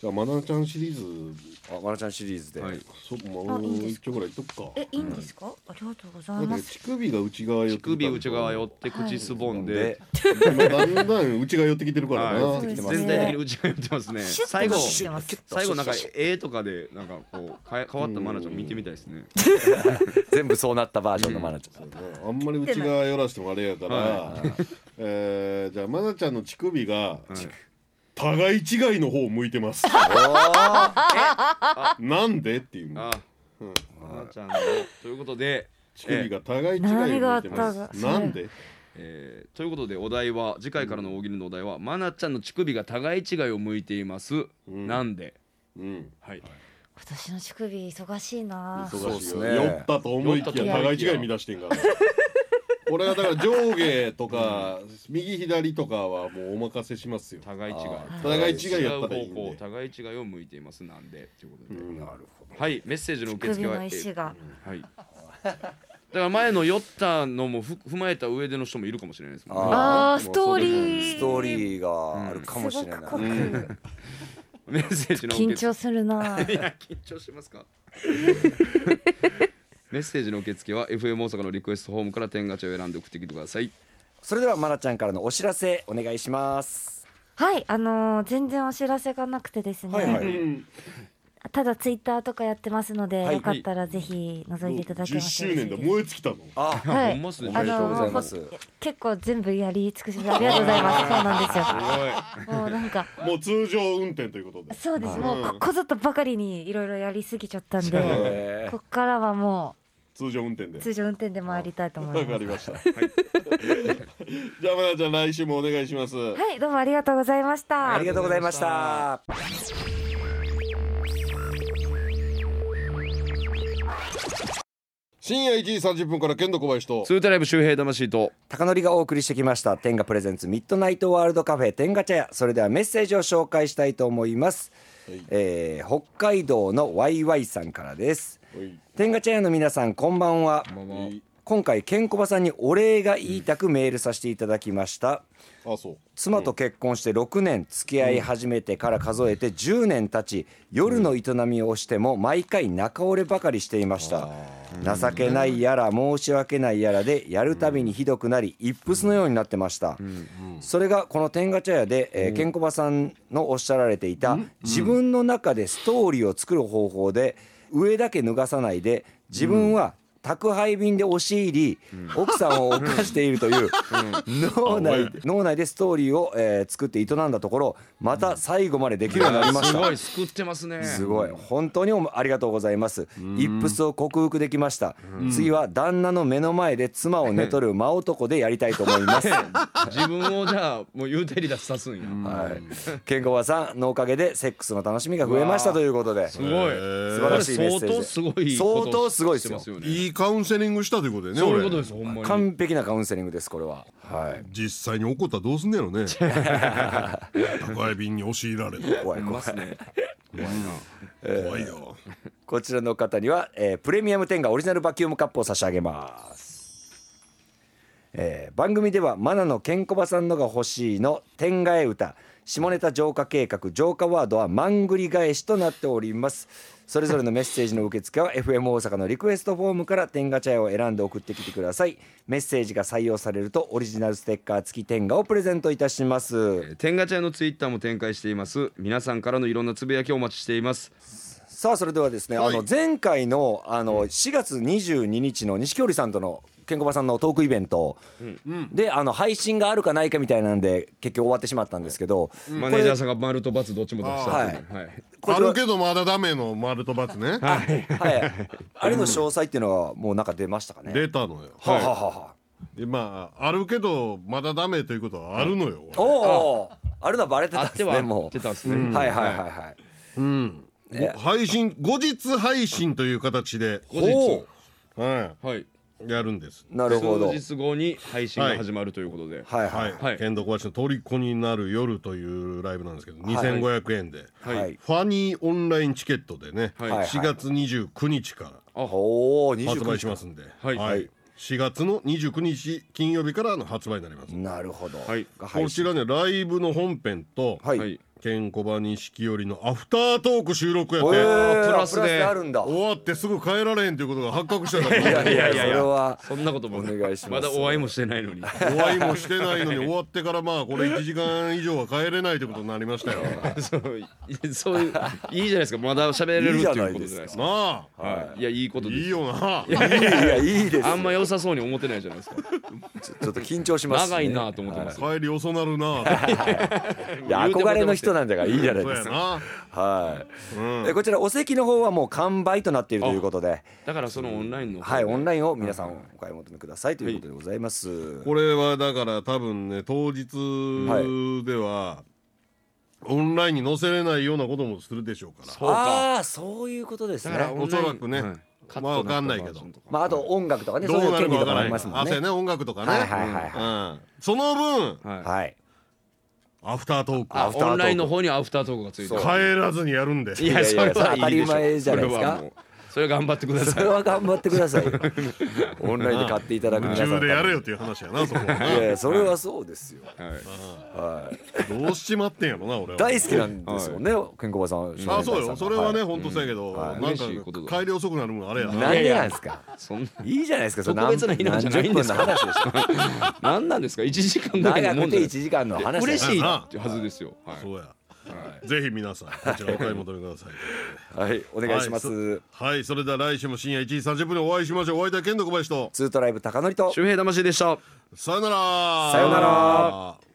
じゃあまなちゃんシリーズ
あまなちゃんシリーズで、
はい
そも
あ
う
いいんです
一丁ぐらいいっとくか
えいいんですかありがとうござ
ないん
ま
か
す
乳首が内側寄っ
乳
てきたのか
首内側寄って口すぼんで
で
今だんだん内側寄ってきてるからな、
はい
そうですね
全体的に内側寄ってますね
シュッと
最後
シュッシュッ
最後なんか絵とかでなんかこうかえ変わったマナちゃん見てみたいですね
全部そうなったバージョンのまなちゃん、
あんまり内側寄らしてもあれやから、えーじゃあまなちゃんの乳首が、互い違いの方を向いてます。なんでっていう
あマナちゃんのということで
乳首が互い違い
何が
を
あ
向い
って
ま
たか
す。
それ
なんで
えーということでお題は次回からの大喜利のお題は、マナちゃんの乳首が互い違いを向いています、なんで
うん
はい
今年の乳首忙しいな
う
忙
っ
しい
す
よ、
ね
酔ったと思いき
酔った
や
と思
互
い
い
きや
違い見出してんから 俺はだから上下とか、右左とかはもうお任せしますよ
互い違い
互い違いや
違
っ
う
たらいいん
方向
で
互い違いを向いていますなんでということで、
なるほど
はいメッセージの受
乳首
付は
の意思が
えーはいだから前の酔ったのもふ踏まえた上での人もいるかもしれないですもんね
あ
あー
ーストーリー
ストーリーがあるかもし
すご
れない
く、濃く
メッセージの
緊
受付
張するな
いや緊張しま すかメッセージの受付は FM 大阪のリクエストホームから天ガチャを選んで送ってきてください
それではまなちゃんからのお知らせお願いします
はいあのー全然お知らせがなくてですね、
はいはい
うん
ただツイッターとかやってますので、
はい
よかったらぜひ覗いていただけ
10
ます
周年で燃え尽きたの
あ
は
ほんまっすね
おめでとうございます
あのーほん結構全部やり尽くしましたありがとうございますそうなんですよもうなんか
もう通常運転ということで
そうです、もうここぞとばかりにいろいろやりすぎちゃったんで
えー
こっからはも
通常運転で
う通常運転で回りたいと思
わ
い
か
ます
りました、はい、 じゃあまなちゃん来週もお願いします
はいどうもありがとうございました
ありがとうございました。
深夜1時30分から剣道小林と
ツータライブ周平魂と
高典がお送りしてきました天下プレゼンツミッドナイトワールドカフェ天下茶屋それではメッセージを紹介したいと思います、えー北海道のワイワイさんからです
はい
天下茶屋の皆さんこんばんは今回ケンコバさんにお礼が言いたくメールさせていただきました
あそう
妻と結婚して6年付き合い始めてから数えて10年経ち夜の営みをしても毎回仲折ればかりしていました情けないやら申し訳ないやらでやるたびにひどくなり一筆のようになってましたそれがこの天下茶屋でえーケンコバさんのおっしゃられていた自分の中でストーリーを作る方法で上だけ脱がさないで自分は宅配便で押し入り奥さんを犯しているという脳内脳内でストーリーを、えー作って営んだところまた最後までできるようになりまし
す
た、
ごい救ってますね
すごい本当におありがとうございます一筆を克服できました次は旦那の目の前で妻を寝取る 真男でやりたいと思い ますは
自分をじゃあもう幽体離脱さすんや
い。健康さんのおかげでセックスの楽しみが増えましたということです
ごい
素晴らしいメッセージ
これ相当すごいこと
相当すごいですよ
してますよね
いい
いカウンセリングしたということでね
そうい
俺
うことですほんまに
完璧なカウンセリングですこれははい
実際に怒ったらどうすんねやろ ね宅配便に押し入られて
怖い怖い
怖いよ
こちらの方には、えープレミアム10がオリジナルバキュームカップを差し上げます、えー番組ではマナのケンコバさんのが欲しいの天替え歌下ネタ浄化計画浄化ワードはマングリ返しとなっておりますそれぞれのメッセージの受付は FM 大阪のリクエストフォームから天ガ茶屋を選んで送ってきてくださいメッセージが採用されるとオリジナルステッカー付き天ガをプレゼントいたします
天ガチャのツイッターも展開しています皆さんからのいろんなつぶやきをお待ちしています
さあそれではですね、あの前回のあの4月22日の錦織さんとのケンコバさんのトークイベント、であの配信があるかないかみたいなんで結局終わってしまったんですけど、
マネージャーさんが丸と×どっちも出したっていう
は
はい
こ
あ
ちら
るけどまだダメの丸と×ね
はい、あれの詳細っていうのはもうなんか出ましたかね。
出たのよ
はあ、はあはあ
今あるけどまだダメということはあるのよ、
おおあれのはバレてたんですねも
出
う。
たんですね
はいはいはいはい。
ご配信後日配信という形で、
後日
お
は
はい
い、やるんです
なるほど。はい
数日後に配信が始まるということで
はい
はい、
はい
剣道小林の「虜になる夜」というライブなんですけど、2500円で、
はい。はい
ファニーオンラインチケットでね、
はい
はい
4月29日か
おお
ら
二十
発売しますんで、
はい
4月の29日金曜日からの発売になります、
なるほど。
はい
が配
こ
信
ちらねライブの本編と、
はい。
は
はいい、
ケンコバ錦織のアフタートーク収録やって、
えー
プ
プ
ラ
ラ
ス
ス
で
であるんだ。
終わってすぐ帰られへんということが発覚したから
いやいやいやそれは
そんなことも
お願いします
まだお会いもしてないのに
終わりもしてないのに終わってからまあこれ1時間以上は帰れないということになりました よ
そうそういういいじゃないですかまだ喋れるっていうことじゃないですか
なあ
はいいやいいこと
い
で
い
す
よない
いやいいです。
あんま良さそうに思ってないじゃないですか
ちょっと緊張します、ね。
長いなと思ってます
帰り遅なる なあ
いや
言うても
憧れの人なんだからいいじゃない
そう
で
や
すか。
な
はい、えこちらお席の方はもう完売となっているということで、
だからそのオンラインの
はい、オンラインを皆さんお買い求めくださいということでございます。
これはだから多分ね当日ではオンラインに載せれないようなこともするでしょうから
そうか
ああそういうことです
だ
ね
か。らオンライン
おそらくね
はい
まあわかんないけど
まああと音楽とかね
ど
そういうう
なる
権
かわ
利と
から
かもあ
な
り
い
ますもん
汗
ね。
ね音楽とか
はいはいはい
ねうんその分
はい
はい。
アフタートーク
あアフタートーク
オンラインの方にアフタートークがついてる
帰らずにやるんで
いや
いやい
そ
や
れはいいでしょ
当たり前じゃないですか
それはもうそれは頑張ってくだ
そ
さい
れは頑張ってくださいよ。オンラインで買っていただく
宇
皆さん
宙
のため
で
に。
やれよっていう話やなそこはい
やいやそれはそうですよ。
はい
どうしちまってんやろな俺は
大好きなんですもんね、ケンコバさん。
あそうよそれはね、本当そうやけど、
はい
なん
嬉
か
しいことだ
帰り遅くなるもんあれやな
何でなんですか。
そん
いいじゃないですか。それ
特別な日なんじゃないんですか
何十分の話でしょ
なんなんですか1時間だけの
長
もん
くて
じゃない
1時間の話だから
嬉しいはずですよはい
そうや、ぜひ皆さんこちらお買い求めください
はい、お願いします。
はいそれでは来週も深夜1時30分にお会いしましょうお相手は剣道小林と
ツートライブ高典と。
周平魂でした
さよなら
さよなら